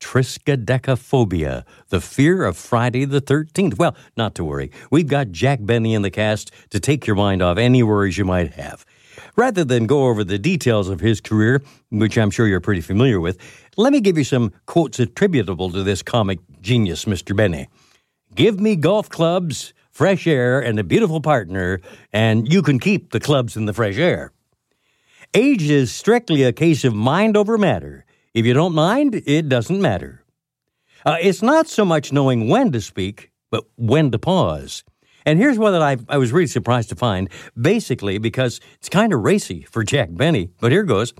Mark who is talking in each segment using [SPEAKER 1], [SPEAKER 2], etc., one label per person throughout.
[SPEAKER 1] Triskaidekaphobia, the fear of Friday the 13th. Well, not to worry. We've got Jack Benny in the cast to take your mind off any worries you might have. Rather than go over the details of his career, which I'm sure you're pretty familiar with, let me give you some quotes attributable to this comic genius, Mr. Benny. Give me golf clubs, fresh air, and a beautiful partner, and you can keep the clubs and the fresh air. Age is strictly a case of mind over matter. If you don't mind, it doesn't matter. Uh, it's not so much knowing when to speak, but when to pause. And here's one that I, I was really surprised to find, basically because it's kind of racy for Jack Benny, but here goes.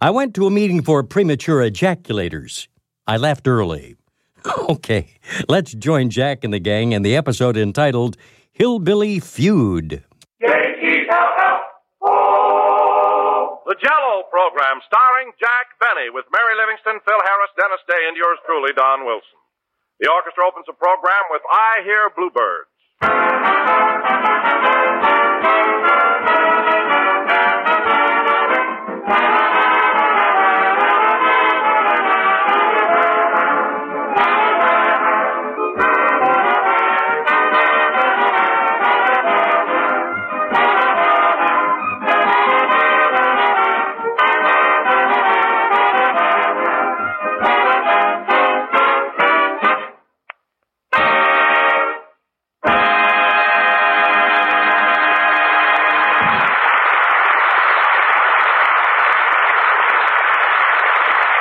[SPEAKER 1] I went to a meeting for premature ejaculators. I left early. Okay, let's join Jack and the gang in the episode entitled Hillbilly Feud.
[SPEAKER 2] The Jello program starring Jack Benny with Mary Livingston, Phil Harris, Dennis Day, and yours truly, Don Wilson. The orchestra opens the program with I Hear Bluebirds.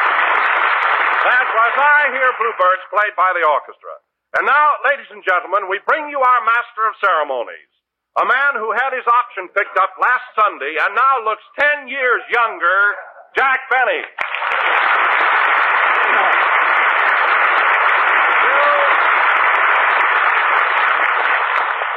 [SPEAKER 2] That was I Hear Bluebirds played by the orchestra. And now, ladies and gentlemen, we bring you our master of ceremonies. A man who had his option picked up last Sunday and now looks ten years younger, Jack Benny.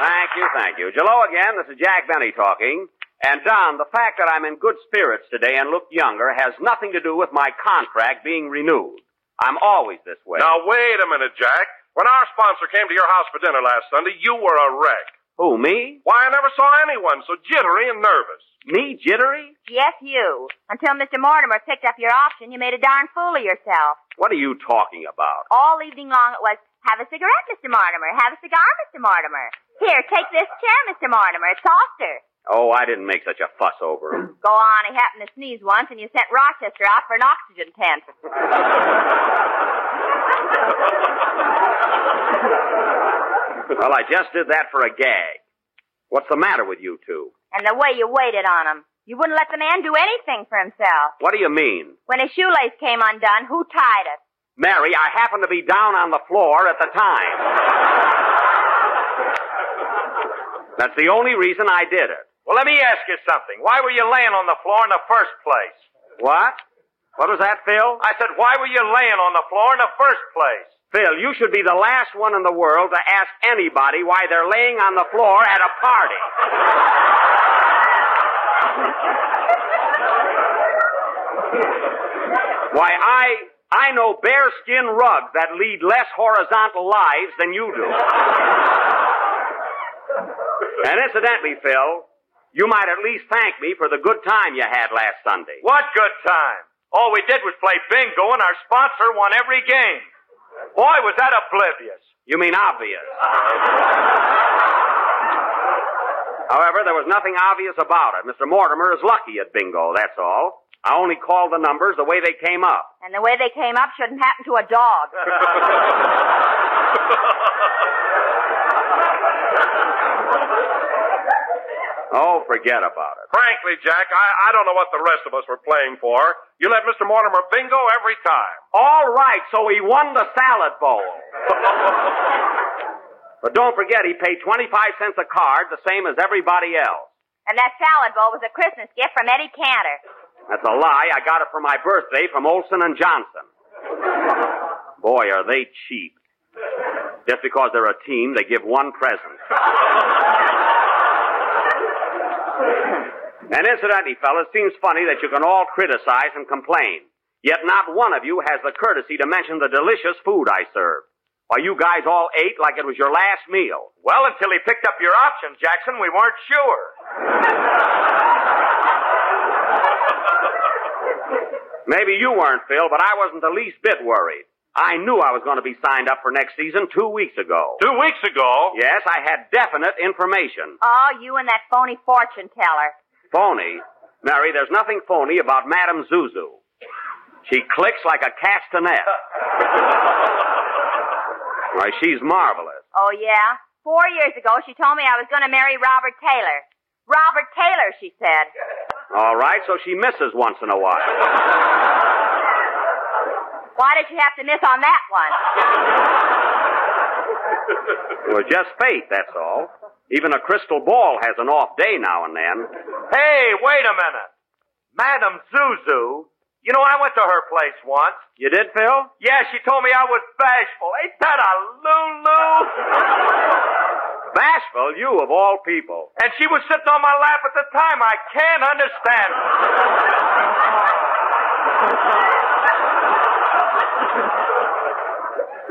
[SPEAKER 3] Thank you, thank you. Jello again, this is Jack Benny talking. And Don, the fact that I'm in good spirits today and look younger has nothing to do with my contract being renewed. I'm always this way.
[SPEAKER 2] Now, wait a minute, Jack. When our sponsor came to your house for dinner last Sunday, you were a wreck.
[SPEAKER 3] Who, me?
[SPEAKER 2] Why, I never saw anyone so jittery and nervous.
[SPEAKER 3] Me, jittery?
[SPEAKER 4] Yes, you. Until Mr. Mortimer picked up your option, you made a darn fool of yourself.
[SPEAKER 3] What are you talking about?
[SPEAKER 4] All evening long it was, have a cigarette, Mr. Mortimer. Have a cigar, Mr. Mortimer. Here, take this chair, Mr. Mortimer. It's softer.
[SPEAKER 3] Oh, I didn't make such a fuss over him.
[SPEAKER 4] Go on, he happened to sneeze once and you sent Rochester out for an oxygen tent.
[SPEAKER 3] well, I just did that for a gag. What's the matter with you two?
[SPEAKER 4] and the way you waited on him. You wouldn't let the man do anything for himself.
[SPEAKER 3] What do you mean?
[SPEAKER 4] When his shoelace came undone, who tied it?
[SPEAKER 3] Mary, I happened to be down on the floor at the time. That's the only reason I did it.
[SPEAKER 5] Well, let me ask you something. Why were you laying on the floor in the first place?
[SPEAKER 3] What? What was that, Phil?
[SPEAKER 5] I said, why were you laying on the floor in the first place?
[SPEAKER 3] Phil, you should be the last one in the world to ask anybody why they're laying on the floor at a party. why, I I know bearskin rugs that lead less horizontal lives than you do. and incidentally, Phil, you might at least thank me for the good time you had last Sunday.
[SPEAKER 5] What good time? All we did was play bingo, and our sponsor won every game. Boy, was that oblivious.
[SPEAKER 3] You mean obvious. However, there was nothing obvious about it. Mr. Mortimer is lucky at bingo, that's all. I only called the numbers the way they came up.
[SPEAKER 4] And the way they came up shouldn't happen to a dog.
[SPEAKER 3] Oh, forget about it.
[SPEAKER 2] Frankly, Jack, I, I don't know what the rest of us were playing for. You let Mr. Mortimer bingo every time.
[SPEAKER 3] All right, so he won the salad bowl. but don't forget, he paid 25 cents a card, the same as everybody else.
[SPEAKER 4] And that salad bowl was a Christmas gift from Eddie Cantor.
[SPEAKER 3] That's a lie. I got it for my birthday from Olson and Johnson. Boy, are they cheap. Just because they're a team, they give one present. and incidentally, fellas, seems funny that you can all criticize and complain. Yet not one of you has the courtesy to mention the delicious food I served. Why, you guys all ate like it was your last meal.
[SPEAKER 5] Well, until he picked up your option, Jackson, we weren't sure.
[SPEAKER 3] Maybe you weren't, Phil, but I wasn't the least bit worried. I knew I was going to be signed up for next season two weeks ago.
[SPEAKER 2] Two weeks ago,
[SPEAKER 3] Yes, I had definite information.
[SPEAKER 4] Oh, you and that phony fortune teller.
[SPEAKER 3] Phony? Mary, there's nothing phony about Madame Zuzu. She clicks like a castanet. Why, she's marvelous.
[SPEAKER 4] Oh, yeah? Four years ago, she told me I was going to marry Robert Taylor. Robert Taylor, she said.
[SPEAKER 3] All right, so she misses once in a while.
[SPEAKER 4] Why did you have to miss on that one?
[SPEAKER 3] It was just fate, that's all. Even a crystal ball has an off day now and then.
[SPEAKER 5] Hey, wait a minute. Madam Zuzu, you know, I went to her place once.
[SPEAKER 3] You did, Phil?
[SPEAKER 5] Yeah, she told me I was bashful. Ain't that a Lulu?
[SPEAKER 3] Bashful, you of all people.
[SPEAKER 5] and she was sitting on my lap at the time. I can't understand. it.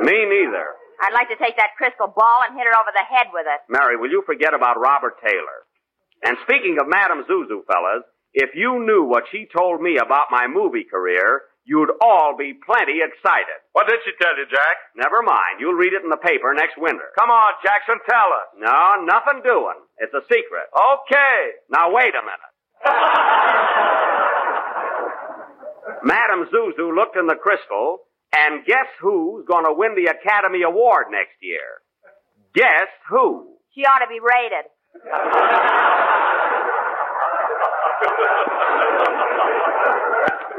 [SPEAKER 3] Me neither.
[SPEAKER 4] I'd like to take that crystal ball and hit her over the head with it.
[SPEAKER 3] Mary, will you forget about Robert Taylor? And speaking of Madame Zuzu, fellas, if you knew what she told me about my movie career, you'd all be plenty excited.
[SPEAKER 2] what did she tell you, Jack?
[SPEAKER 3] Never mind, you'll read it in the paper next winter.
[SPEAKER 5] Come on, Jackson, tell us.
[SPEAKER 3] No, nothing doing. It's a secret.
[SPEAKER 5] Okay.
[SPEAKER 3] Now wait a minute. Madame Zuzu looked in the crystal, and guess who's gonna win the Academy Award next year? Guess who?
[SPEAKER 4] She ought to be raided.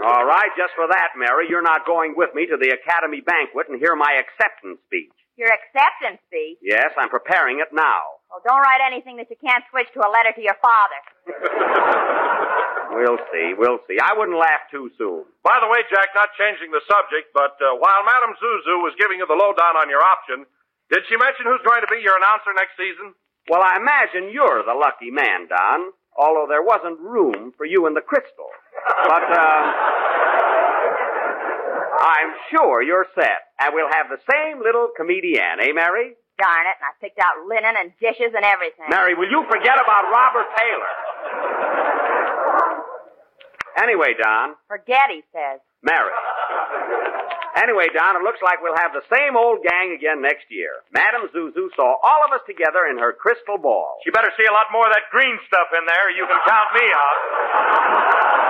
[SPEAKER 3] All right, just for that, Mary, you're not going with me to the Academy banquet and hear my acceptance speech.
[SPEAKER 4] Your acceptance speech?
[SPEAKER 3] Yes, I'm preparing it now.
[SPEAKER 4] Well, don't write anything that you can't switch to a letter to your father.
[SPEAKER 3] We'll see, we'll see. I wouldn't laugh too soon.
[SPEAKER 2] By the way, Jack, not changing the subject, but uh, while Madam Zuzu was giving you the lowdown on your option, did she mention who's going to be your announcer next season?
[SPEAKER 3] Well, I imagine you're the lucky man, Don, although there wasn't room for you in the crystal. But, uh, I'm sure you're set, and we'll have the same little comedian, eh, Mary?
[SPEAKER 4] Darn it, and I picked out linen and dishes and everything.
[SPEAKER 3] Mary, will you forget about Robert Taylor? Anyway, Don,
[SPEAKER 4] Forget, he says.
[SPEAKER 3] Married. Anyway, Don, it looks like we'll have the same old gang again next year. Madam Zuzu saw all of us together in her crystal ball.
[SPEAKER 5] You better see a lot more of that green stuff in there. You can count me out.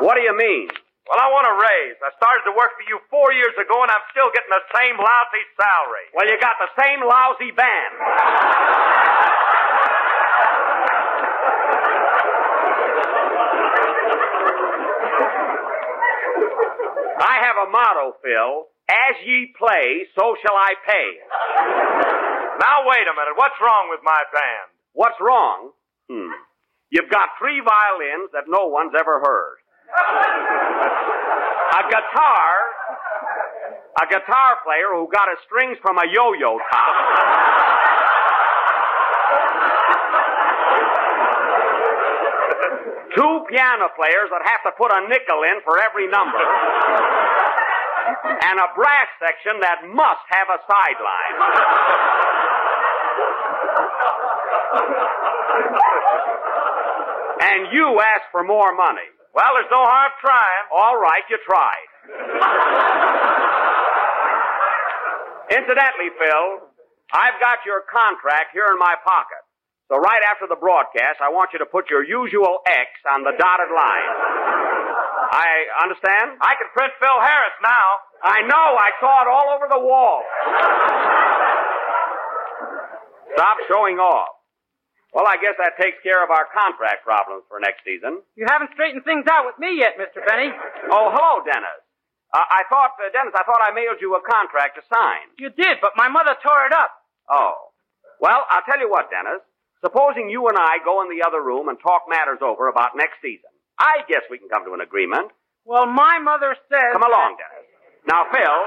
[SPEAKER 3] What do you mean?
[SPEAKER 5] Well, I want a raise. I started to work for you four years ago, and I'm still getting the same lousy salary.
[SPEAKER 3] Well, you got the same lousy band. I have a motto, Phil. As ye play, so shall I pay.
[SPEAKER 5] Now, wait a minute. What's wrong with my band?
[SPEAKER 3] What's wrong? Hmm. You've got three violins that no one's ever heard. a guitar, a guitar player who got his strings from a yo-yo top. Two piano players that have to put a nickel in for every number. And a brass section that must have a sideline. And you asked for more money.
[SPEAKER 5] Well, there's no harm trying.
[SPEAKER 3] All right, you tried. Incidentally, Phil, I've got your contract here in my pocket. So right after the broadcast, I want you to put your usual X on the dotted line. I understand?
[SPEAKER 5] I can print Phil Harris now.
[SPEAKER 3] I know, I saw it all over the wall. Stop showing off. Well, I guess that takes care of our contract problems for next season.
[SPEAKER 6] You haven't straightened things out with me yet, Mr. Benny.
[SPEAKER 3] Oh, hello, Dennis. Uh, I thought, uh, Dennis, I thought I mailed you a contract to sign.
[SPEAKER 6] You did, but my mother tore it up.
[SPEAKER 3] Oh. Well, I'll tell you what, Dennis. Supposing you and I go in the other room and talk matters over about next season. I guess we can come to an agreement.
[SPEAKER 6] Well, my mother says.
[SPEAKER 3] Come along, Dennis. Now, Phil.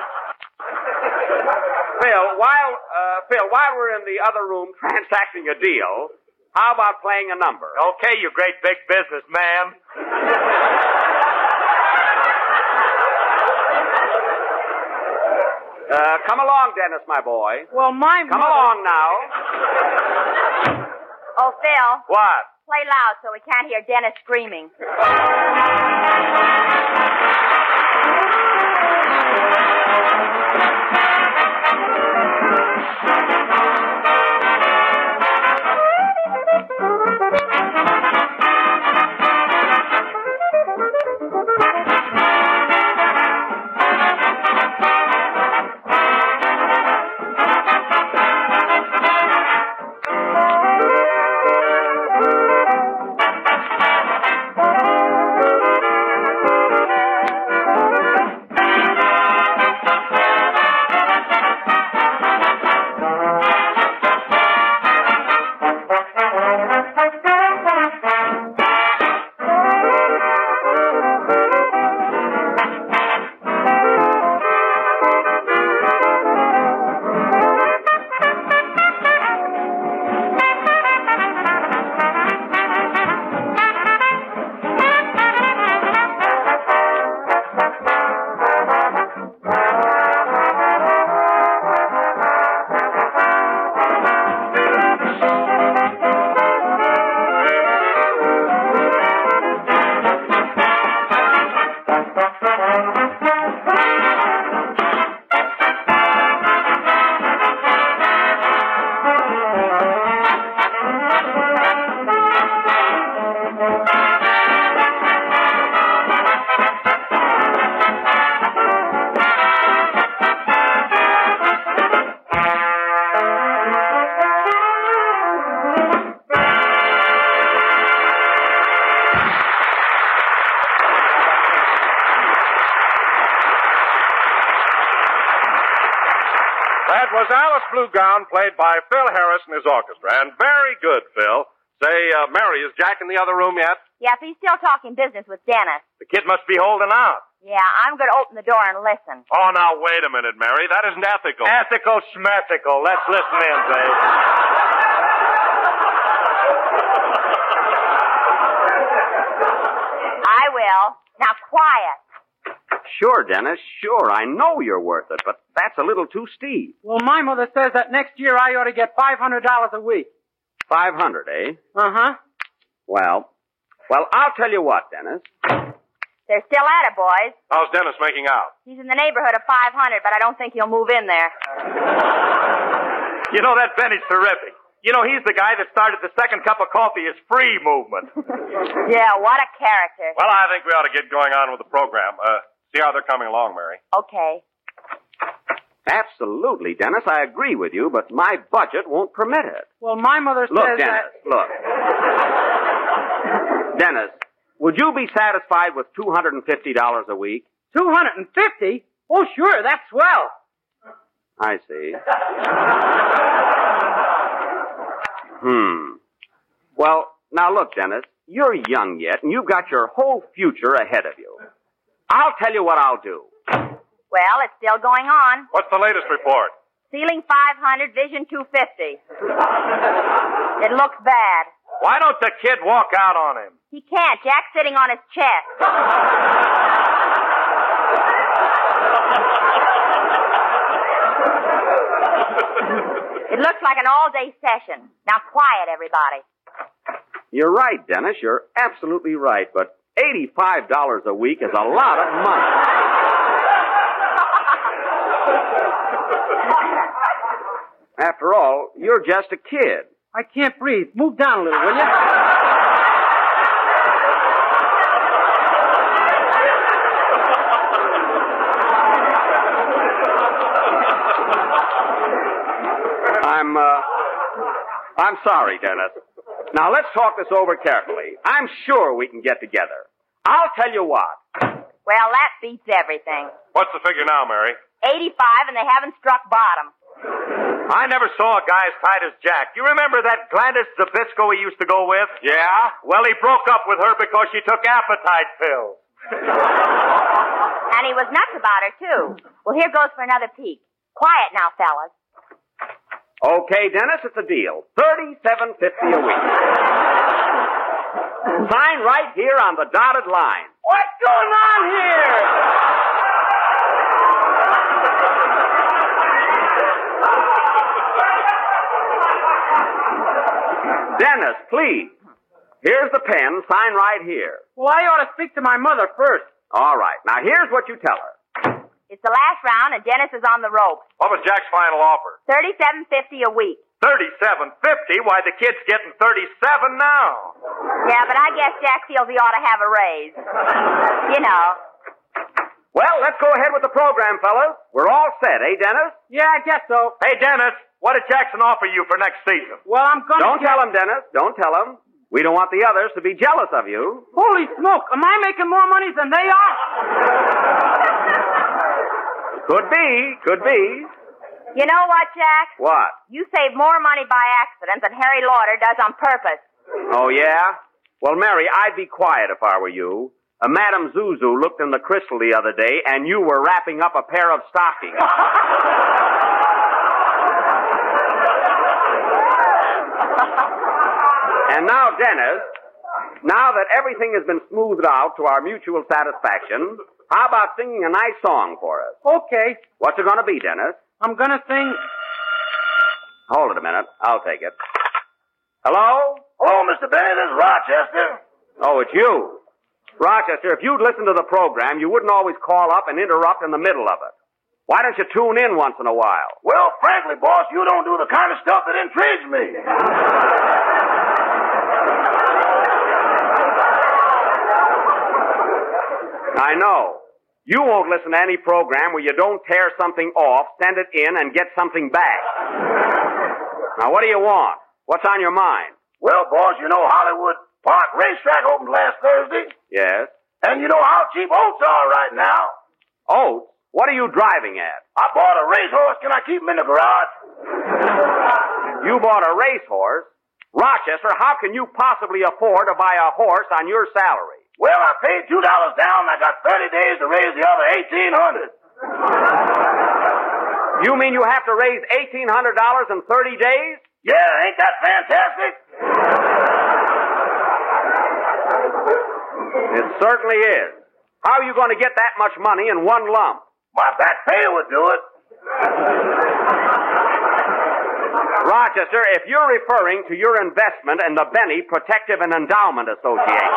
[SPEAKER 3] Phil, while uh, Phil, while we're in the other room transacting a deal, how about playing a number?
[SPEAKER 5] Okay, you great big businessman.
[SPEAKER 3] Uh, come along, Dennis, my boy.
[SPEAKER 6] Well, my
[SPEAKER 3] Come
[SPEAKER 6] mother.
[SPEAKER 3] along now.
[SPEAKER 4] Oh, Phil,
[SPEAKER 5] What?
[SPEAKER 4] play loud so we can't hear Dennis screaming.
[SPEAKER 2] That was Alice Bluegown, played by Phil Harris and his orchestra. And very good, Phil. Say, uh, Mary, is Jack in the other room yet?
[SPEAKER 4] Yeah, if he's still talking business with Dennis.
[SPEAKER 5] The kid must be holding out.
[SPEAKER 4] Yeah, I'm going to open the door and listen.
[SPEAKER 2] Oh, now, wait a minute, Mary. That isn't ethical.
[SPEAKER 5] Ethical schmethical. Let's listen in, babe.
[SPEAKER 4] I will. Now, quiet.
[SPEAKER 3] Sure, Dennis, sure. I know you're worth it, but that's a little too steep.
[SPEAKER 6] Well, my mother says that next year I ought to get $500 a week.
[SPEAKER 3] Five hundred, eh?
[SPEAKER 6] Uh huh.
[SPEAKER 3] Well, well, I'll tell you what, Dennis.
[SPEAKER 4] They're still at it, boys.
[SPEAKER 2] How's Dennis making out?
[SPEAKER 4] He's in the neighborhood of 500, but I don't think he'll move in there.
[SPEAKER 5] You know, that Benny's terrific. You know, he's the guy that started the second cup of coffee is free movement.
[SPEAKER 4] Yeah, what a character.
[SPEAKER 2] Well, I think we ought to get going on with the program. Uh, see how they're coming along, Mary.
[SPEAKER 4] Okay.
[SPEAKER 3] Absolutely, Dennis. I agree with you, but my budget won't permit it.
[SPEAKER 6] Well, my mother
[SPEAKER 3] Look,
[SPEAKER 6] says
[SPEAKER 3] Dennis, look. Dennis, would you be satisfied with $250 a week?
[SPEAKER 6] that 250. Oh, sure, that's swell.
[SPEAKER 3] I see. hmm. Well, now look, Dennis, you're young yet, and you've got your whole future ahead of you. I'll tell you what I'll do.
[SPEAKER 4] Well, it's still going on.
[SPEAKER 2] What's the latest report?
[SPEAKER 4] Ceiling 500, vision 250. it looks bad.
[SPEAKER 5] Why don't the kid walk out on him?
[SPEAKER 4] He can't. Jack's sitting on his chest. It looks like an all-day session. Now, quiet, everybody.
[SPEAKER 3] You're right, Dennis. You're absolutely right. But $85 a week is a lot of money. After all, you're just a kid.
[SPEAKER 6] I can't breathe. Move down a little, will you?
[SPEAKER 3] I'm, uh, I'm sorry, Dennis. Now let's talk this over carefully. I'm sure we can get together. I'll tell you what.
[SPEAKER 4] Well, that beats everything.
[SPEAKER 2] What's the figure now, Mary?
[SPEAKER 4] 85 and they haven't struck bottom.
[SPEAKER 5] I never saw a guy as tight as Jack. You remember that Gladys Zabisco he used to go with?
[SPEAKER 2] Yeah?
[SPEAKER 5] Well, he broke up with her because she took appetite pills.
[SPEAKER 4] And he was nuts about her, too. Well, here goes for another peek. Quiet now, fellas.
[SPEAKER 3] Okay, Dennis, it's a deal. Thirty-seven fifty a week. Sign right here on the dotted line.
[SPEAKER 5] What's going on here?
[SPEAKER 3] Dennis, please. Here's the pen. Sign right here.
[SPEAKER 6] Well, I ought to speak to my mother first.
[SPEAKER 3] All right. Now here's what you tell her.
[SPEAKER 4] It's the last round, and Dennis is on the rope.
[SPEAKER 2] What was Jack's final offer?
[SPEAKER 4] Thirty-seven fifty a week.
[SPEAKER 5] Thirty-seven fifty. Why the kid's getting thirty-seven now?
[SPEAKER 4] Yeah, but I guess Jack feels he ought to have a raise. You know.
[SPEAKER 3] Well, let's go ahead with the program, fellas. We're all set, eh, Dennis?
[SPEAKER 6] Yeah, I guess so.
[SPEAKER 5] Hey, Dennis, what did Jackson offer you for next season?
[SPEAKER 6] Well, I'm gonna.
[SPEAKER 3] Don't tell him, Dennis. Don't tell him. We don't want the others to be jealous of you.
[SPEAKER 6] Holy smoke! Am I making more money than they are?
[SPEAKER 3] Could be. Could be.
[SPEAKER 4] You know what, Jack?
[SPEAKER 3] What?
[SPEAKER 4] You save more money by accident than Harry Lauder does on purpose.
[SPEAKER 3] Oh, yeah? Well, Mary, I'd be quiet if I were you. Uh, Madame Zuzu looked in the crystal the other day, and you were wrapping up a pair of stockings. and now, Dennis, now that everything has been smoothed out to our mutual satisfaction, how about singing a nice song for us?
[SPEAKER 6] Okay,
[SPEAKER 3] What's it going to be, Dennis?
[SPEAKER 6] I'm gonna sing.
[SPEAKER 3] Hold it a minute. I'll take it. Hello?
[SPEAKER 5] Oh, Mr. Benny, this is Rochester.
[SPEAKER 3] Oh, it's you. Rochester, if you'd listen to the program, you wouldn't always call up and interrupt in the middle of it. Why don't you tune in once in a while?
[SPEAKER 5] Well, frankly, boss, you don't do the kind of stuff that intrigues me.
[SPEAKER 3] I know. You won't listen to any program where you don't tear something off, send it in, and get something back. Now, what do you want? What's on your mind?
[SPEAKER 5] Well, boss, you know Hollywood Park Racetrack opened last Thursday,
[SPEAKER 3] Yes?
[SPEAKER 5] and you know how cheap oats are right now.
[SPEAKER 3] Oats? Oh, What are you driving at?
[SPEAKER 5] I bought a racehorse. Can I keep him in the garage?
[SPEAKER 3] You bought a racehorse? Rochester, how can you possibly afford to buy a horse on your salary?
[SPEAKER 5] Well, I paid two dollars down. and I got thirty days to raise the other eighteen hundred.
[SPEAKER 3] You mean you have to raise $1,800 in 30 days?
[SPEAKER 5] Yeah, ain't that fantastic?
[SPEAKER 3] It certainly is. How are you going to get that much money in one lump?
[SPEAKER 5] My back pay would do it.
[SPEAKER 3] Rochester, if you're referring to your investment in the Benny Protective and Endowment Association,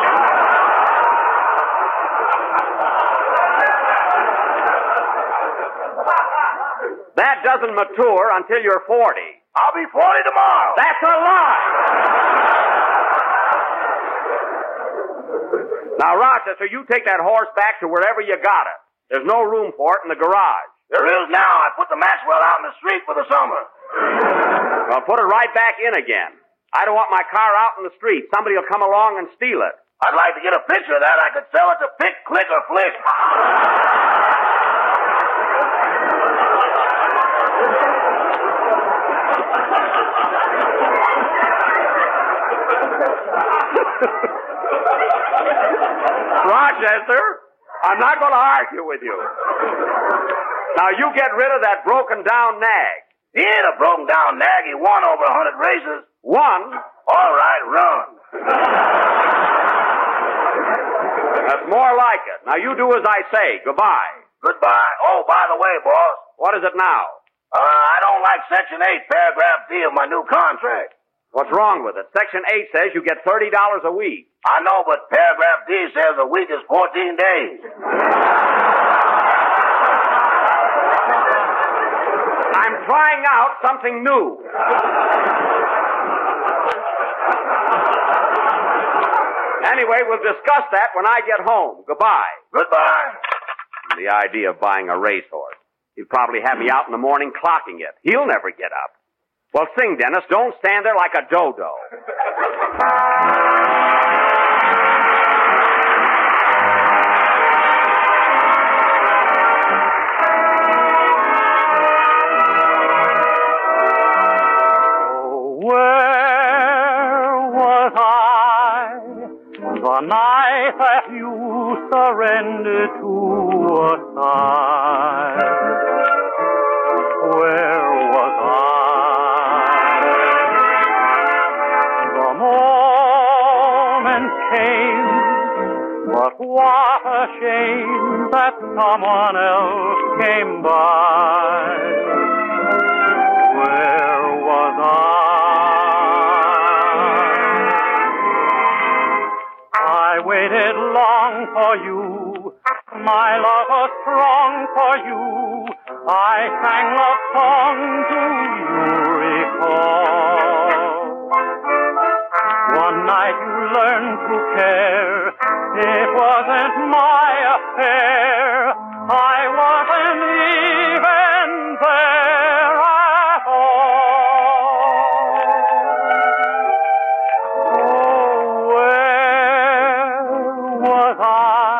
[SPEAKER 3] that doesn't mature until you're 40.
[SPEAKER 5] I'll be forty tomorrow.
[SPEAKER 3] That's a lie! Now, Rochester, you take that horse back to wherever you got it. There's no room for it in the garage.
[SPEAKER 5] There is now. I put the Maxwell out in the street for the summer.
[SPEAKER 3] Well, put it right back in again. I don't want my car out in the street. Somebody will come along and steal it.
[SPEAKER 5] I'd like to get a picture of that. I could sell it to Pick, Click, or Flick.
[SPEAKER 3] Rochester, I'm not going to argue with you. Now, you get rid of that broken down nag.
[SPEAKER 5] He ain't a broken down nag. He won over a hundred races.
[SPEAKER 3] One,
[SPEAKER 5] All right, run.
[SPEAKER 3] that's more like it. Now, you do as I say. Goodbye.
[SPEAKER 5] Goodbye. Oh, by the way, boss,
[SPEAKER 3] What is it now?
[SPEAKER 5] uh, I don't like Section 8, Paragraph D of my new contract.
[SPEAKER 3] What's wrong with it? Section 8 says you get $30 a week.
[SPEAKER 5] I know, but Paragraph D says a week is 14 days.
[SPEAKER 3] I'm trying out something new. Anyway, we'll discuss that when I get home. Goodbye.
[SPEAKER 5] Goodbye.
[SPEAKER 3] The idea of buying a racehorse. He'd probably have me out in the morning clocking it. He'll never get up. Well, sing, Dennis. Don't stand there like a dodo.
[SPEAKER 7] Where was I the night that you surrendered to a sigh? Where was I? The moment came, but what a shame that someone else came by. Where was I? I waited long for you. My love was strong for you. I sang love songs to you recall. One night you learned to care. It wasn't my affair. I wasn't even there at all. Oh, where was I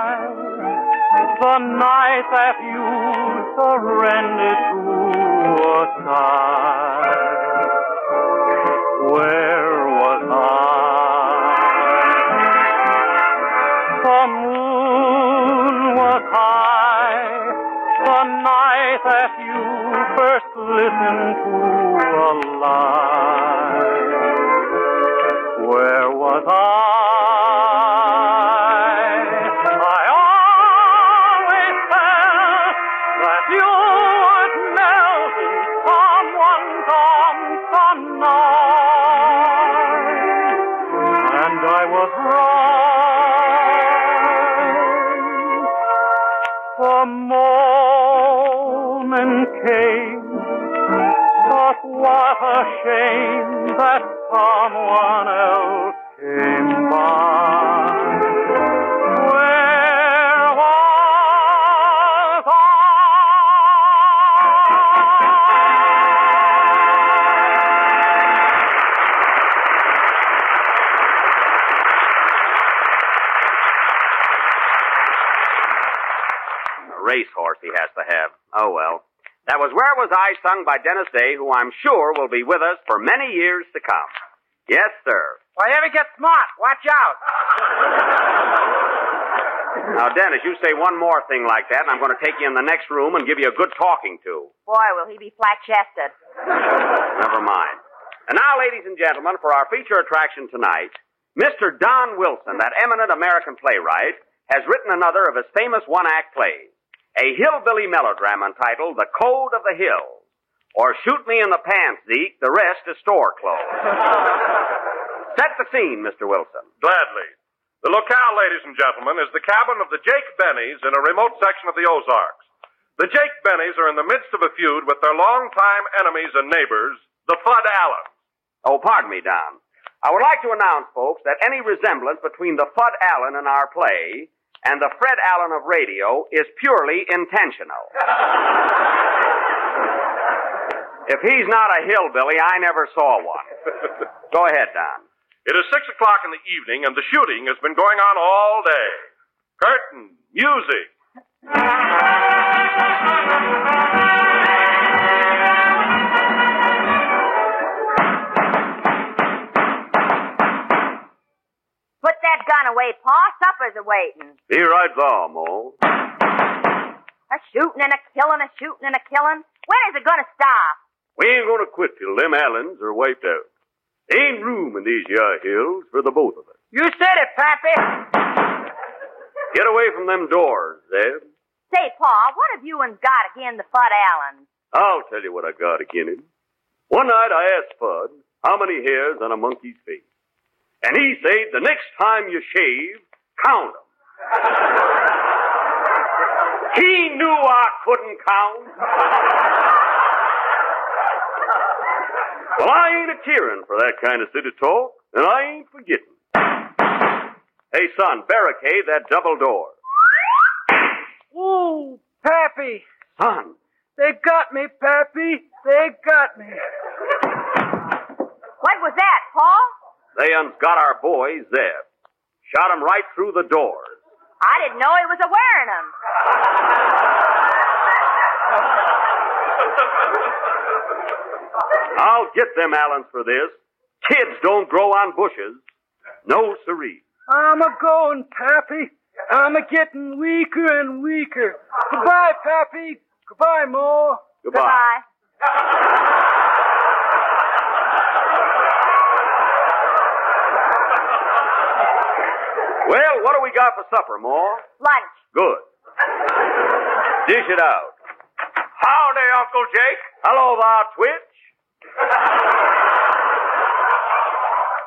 [SPEAKER 7] the night that you surrendered to a sigh? Where was I? The moon was high the night that you first listened to a lie. Where was I? I always felt that you would melt in someone's arms some night. And I was wrong. The moment came, but what a shame that someone else came by. Where was
[SPEAKER 3] A racehorse he has to have. Oh, well. That was Where Was I, sung by Dennis Day, who I'm sure will be with us for many years to come. Yes, sir.
[SPEAKER 6] If I ever get smart, watch out.
[SPEAKER 3] Now, Dennis, you say one more thing like that, and I'm going to take you in the next room and give you a good talking to.
[SPEAKER 4] Boy, will he be flat chested.
[SPEAKER 3] Never mind. And now, ladies and gentlemen, for our feature attraction tonight, Mr. Don Wilson, that eminent American playwright, has written another of his famous one act plays, a hillbilly melodrama entitled The Code of the Hills, or Shoot Me in the Pants, Zeke, the rest is store clothes. Set the scene, Mr. Wilson.
[SPEAKER 2] Gladly. The locale, ladies and gentlemen, is the cabin of the Jake Bennies in a remote section of the Ozarks. The Jake Bennies are in the midst of a feud with their longtime enemies and neighbors, the Fudd Allens.
[SPEAKER 3] Oh, pardon me, Don. I would like to announce, folks, that any resemblance between the Fudd Allen in our play and the Fred Allen of radio is purely intentional. if he's not a hillbilly, I never saw one. Go ahead, Don.
[SPEAKER 2] It is six o'clock in the evening, and the shooting has been going on all day. Curtain, music.
[SPEAKER 4] Put that gun away, Pa. Supper's a waiting.
[SPEAKER 3] Be right there, Mo.
[SPEAKER 4] A shooting and a killing, a shooting and a killing. When is it gonna stop?
[SPEAKER 3] We ain't gonna quit till them Allens are wiped out. Ain't room in these here hills for the both of us.
[SPEAKER 6] You said it, Pappy.
[SPEAKER 3] Get away from them doors, Zeb.
[SPEAKER 4] Say, Pa, what have you and got again the Fudd Allen?
[SPEAKER 3] I'll tell you what I got again him. One night I asked Fudd how many hairs on a monkey's face. And he said, the next time you shave, count 'em. he knew I couldn't count. well, I ain't a tearing for that kind of city talk, and I ain't forgetting. Hey, son, barricade that double door.
[SPEAKER 6] Ooh, Pappy.
[SPEAKER 3] Son,
[SPEAKER 6] They got me, Pappy. They got me.
[SPEAKER 4] What was that, Paul?
[SPEAKER 6] They uns got our boys there. Shot 'em right through the doors.
[SPEAKER 4] I didn't know he was a wearing 'em.
[SPEAKER 6] I'll get them Allens for this. Kids don't grow on bushes. No, siree.
[SPEAKER 7] I'm a going, Pappy. I'm a getting weaker and weaker. Goodbye, Pappy. Goodbye, Mo.
[SPEAKER 6] Goodbye. Goodbye. Well, what do we got for supper, Moore?
[SPEAKER 4] Lunch.
[SPEAKER 6] Good. Dish it out.
[SPEAKER 5] Howdy, Uncle Jake.
[SPEAKER 6] Hello there, Twitch.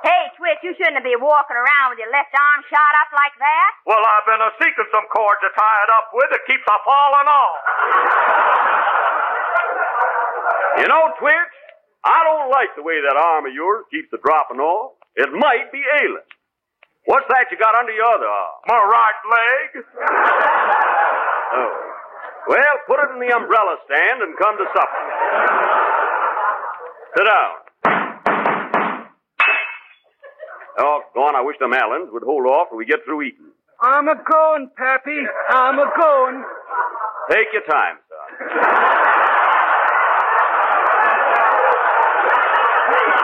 [SPEAKER 4] Hey, Twitch, you shouldn't be walking around with your left arm shot up like that.
[SPEAKER 5] Well, I've been a seeking some cord to tie it up with that keeps a falling off.
[SPEAKER 6] You know, Twitch, I don't like the way that arm of yours keeps the dropping off. It might be ailing. What's that you got under your other arm?
[SPEAKER 5] My right leg.
[SPEAKER 6] Oh. Well, put it in the umbrella stand and come to supper. Sit down. Doggone, I wish them Allens would hold off till we get through eating.
[SPEAKER 7] I'm a going, Pappy. I'm a going.
[SPEAKER 6] Take your time, Uh, son.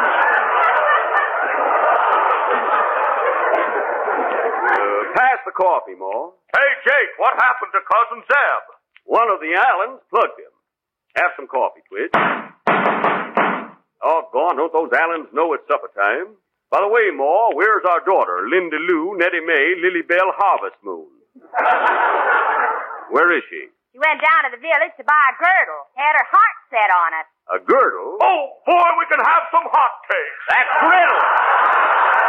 [SPEAKER 6] Uh, pass the coffee, Moore.
[SPEAKER 5] Hey, Jake, what happened to Cousin Zeb?
[SPEAKER 6] One of the Allens plugged him. Have some coffee, Twitch. Doggone, don't those Allens know it's supper time? By the way, Moore, where's our daughter, Linda Lou, Nettie May, Lily Bell Harvest Moon? Where is she?
[SPEAKER 4] She went down to the village to buy a girdle. Had her heart set on it.
[SPEAKER 6] A girdle?
[SPEAKER 5] Oh, boy, we can have some hotcakes.
[SPEAKER 6] That griddle!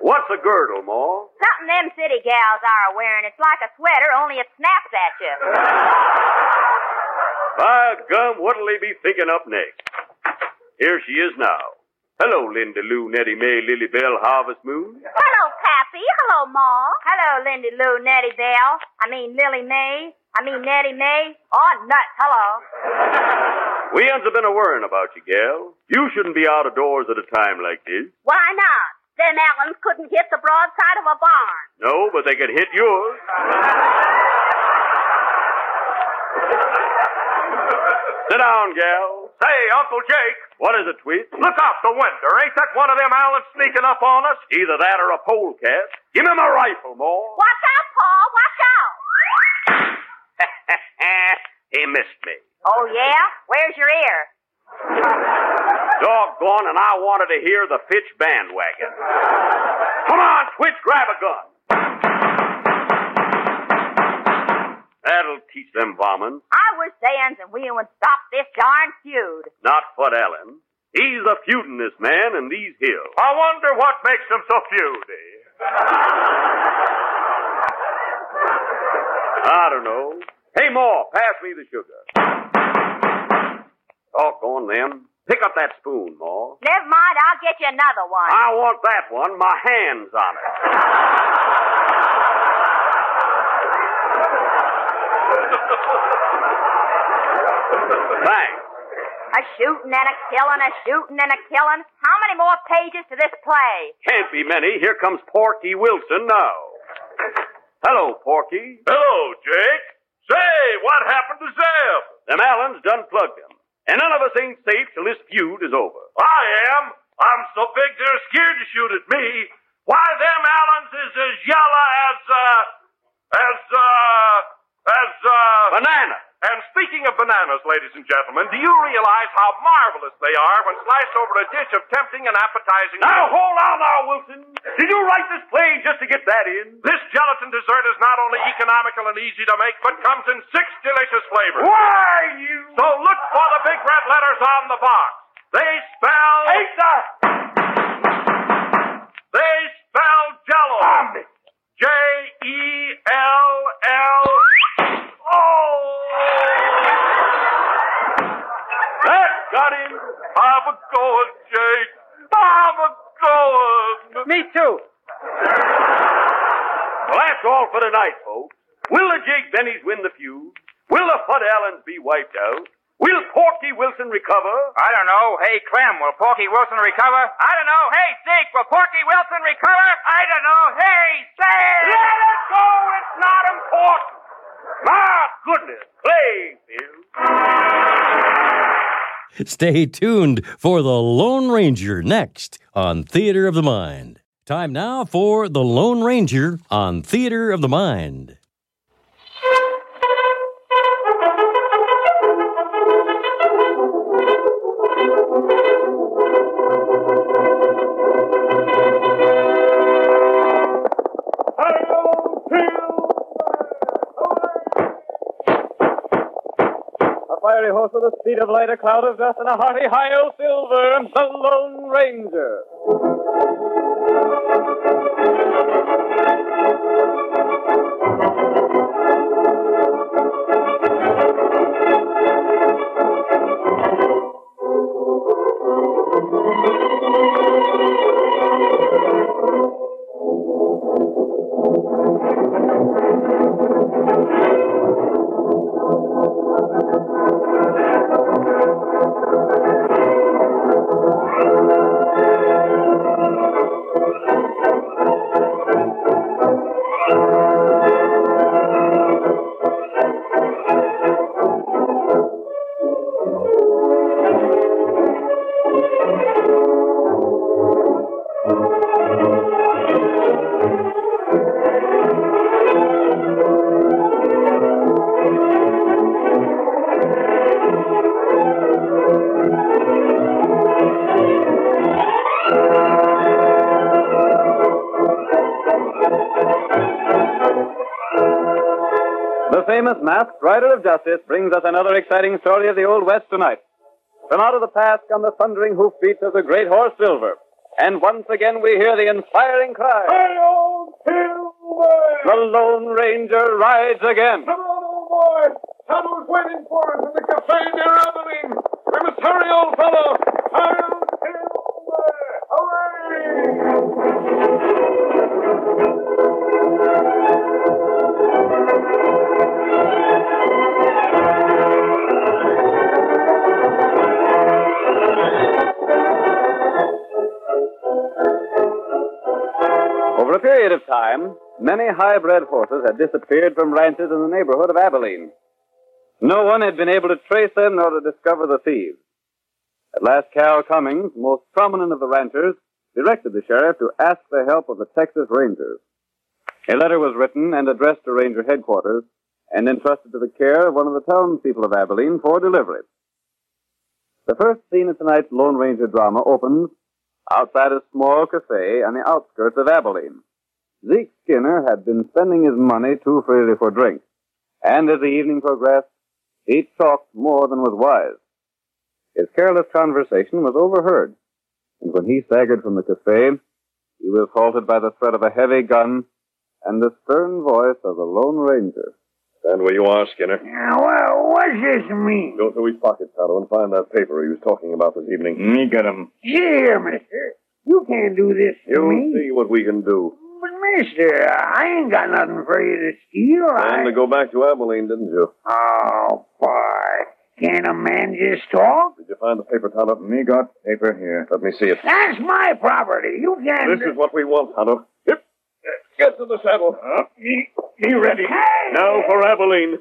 [SPEAKER 6] What's a girdle, Ma?
[SPEAKER 4] Something them city gals are wearing. It's like a sweater, only it snaps at you.
[SPEAKER 6] By gum, what'll they be thinking up next? Here she is now. Hello, Linda Lou, Nettie May, Lily Bell, Harvest Moon.
[SPEAKER 4] Hello, Pappy. Hello, Ma. Hello, Lindy Lou, Nettie Bell. I mean, Lily May. I mean, Nettie May. Oh, nuts. Hello.
[SPEAKER 6] We uns have been a worrying about you, gal. You shouldn't be out of doors at a time like this.
[SPEAKER 4] Why not? Them Allens couldn't hit the broadside of a barn.
[SPEAKER 6] No, but they could hit yours. Sit down, gal.
[SPEAKER 5] Say, Uncle Jake,
[SPEAKER 6] What is it, Tweet?
[SPEAKER 5] look out the window. Ain't that one of them Allens sneaking up on us?
[SPEAKER 6] Either that or a polecat. Give me my rifle, Ma.
[SPEAKER 4] Watch out, Paul. Watch out.
[SPEAKER 6] he missed me.
[SPEAKER 4] Oh, yeah? Where's your ear?
[SPEAKER 6] Doggone, and I wanted to hear the pitch bandwagon. Come on, Twitch, grab a gun. That'll teach them varmints.
[SPEAKER 4] I wish Dan's and Wheel would stop this darn feud.
[SPEAKER 6] Not Fud Allen. He's a feudin' this man in these hills.
[SPEAKER 5] I wonder what makes them so feudy.
[SPEAKER 6] I don't know. Hey, Moore, pass me the sugar. Doggone them. Pick up that spoon, Moore.
[SPEAKER 4] Never mind, I'll get you another one.
[SPEAKER 6] I want that one. My hand's on it. Thanks.
[SPEAKER 4] A shooting and a killing, a shooting and a killing. How many more pages to this play?
[SPEAKER 6] Can't be many. Here comes Porky Wilson now. Hello, Porky.
[SPEAKER 5] Hello, Jake. Say, what happened to Zeb?
[SPEAKER 6] Them Allens done plugged him. And none of us ain't safe till this feud is over.
[SPEAKER 5] I am. I'm so big they're scared to shoot at me. Why, them Allens is as yellow as, uh, as, uh, as, uh...
[SPEAKER 6] Banana.
[SPEAKER 5] And speaking of bananas, ladies and gentlemen, do you realize how marvelous they are when sliced over a dish of tempting and appetizing...
[SPEAKER 6] Now hold on now, Wilson. Did you write this play just to get that in?
[SPEAKER 5] This gelatin dessert is not only economical and easy to make, but comes in six delicious flavors.
[SPEAKER 6] Why, you...
[SPEAKER 5] So look for the big red letters on the box. They spell...
[SPEAKER 6] Take that!
[SPEAKER 5] They spell Jello.
[SPEAKER 6] Omni.
[SPEAKER 5] J E L L O.
[SPEAKER 6] That got him.
[SPEAKER 5] Have a going, Jake. Have a going.
[SPEAKER 7] Me too.
[SPEAKER 6] Well, that's all for tonight, folks. Will the Jake Bennies win the feud?
[SPEAKER 5] Will the Fudd Allen be wiped out? Will Porky Wilson recover?
[SPEAKER 8] I don't know. Hey, Clem, will Porky Wilson recover? I don't know. Hey, Zeke, will Porky Wilson recover? I don't know. Hey, Sam!
[SPEAKER 5] Let it go. It's not important. My goodness,
[SPEAKER 1] Stay
[SPEAKER 5] Clayfield.
[SPEAKER 1] tuned for The Lone Ranger next on Theater of the Mind. Time now for The Lone Ranger on Theater of the Mind.
[SPEAKER 9] A fiery horse with the speed of light, a cloud of dust, and a hearty high silver, and the Lone Ranger. The famous Masked Rider of Justice brings us another exciting story of the Old West tonight. From out of the past come the thundering hoofbeats of the great horse Silver. And once again we hear the inspiring cry. The Lone Ranger rides again.
[SPEAKER 10] boy! Tuttle's waiting for us in the Cafe de Raveline. We must hurry, old fellow. Hurry!
[SPEAKER 9] Over a period of time, many high-bred horses had disappeared from ranches in the neighborhood of Abilene. No one had been able to trace them nor to discover the thieves. At last, Cal Cummings, most prominent of the ranchers, directed the sheriff to ask the help of the Texas Rangers. A letter was written and addressed to Ranger headquarters and entrusted to the care of one of the townspeople of Abilene for delivery. The first scene of tonight's Lone Ranger drama opens outside a small cafe on the outskirts of Abilene. Zeke Skinner had been spending his money too freely for drink, and as the evening progressed, he talked more than was wise. His careless conversation was overheard, and when he staggered from the cafe, he was halted by the threat of a heavy gun and the stern voice of the Lone Ranger.
[SPEAKER 11] Stand where you are, Skinner.
[SPEAKER 12] well, what does this mean?
[SPEAKER 11] Go through his pockets, Tonto, and find that paper he was talking about this evening. Me got him.
[SPEAKER 12] Here, mister. You can't do this to
[SPEAKER 11] You'll
[SPEAKER 12] me.
[SPEAKER 11] see what we can do.
[SPEAKER 12] But, mister, I ain't got nothing for you to steal. I
[SPEAKER 11] Planned to go back to Abilene, didn't you?
[SPEAKER 12] Oh, boy. Can't a man just talk?
[SPEAKER 11] Did you find the paper, Tonto? Me got paper here. Let me see it.
[SPEAKER 12] That's my property. You can't.
[SPEAKER 11] This is what we want, Tonto. Hip. Get to the saddle. Up. Be, be ready. Now for Abilene.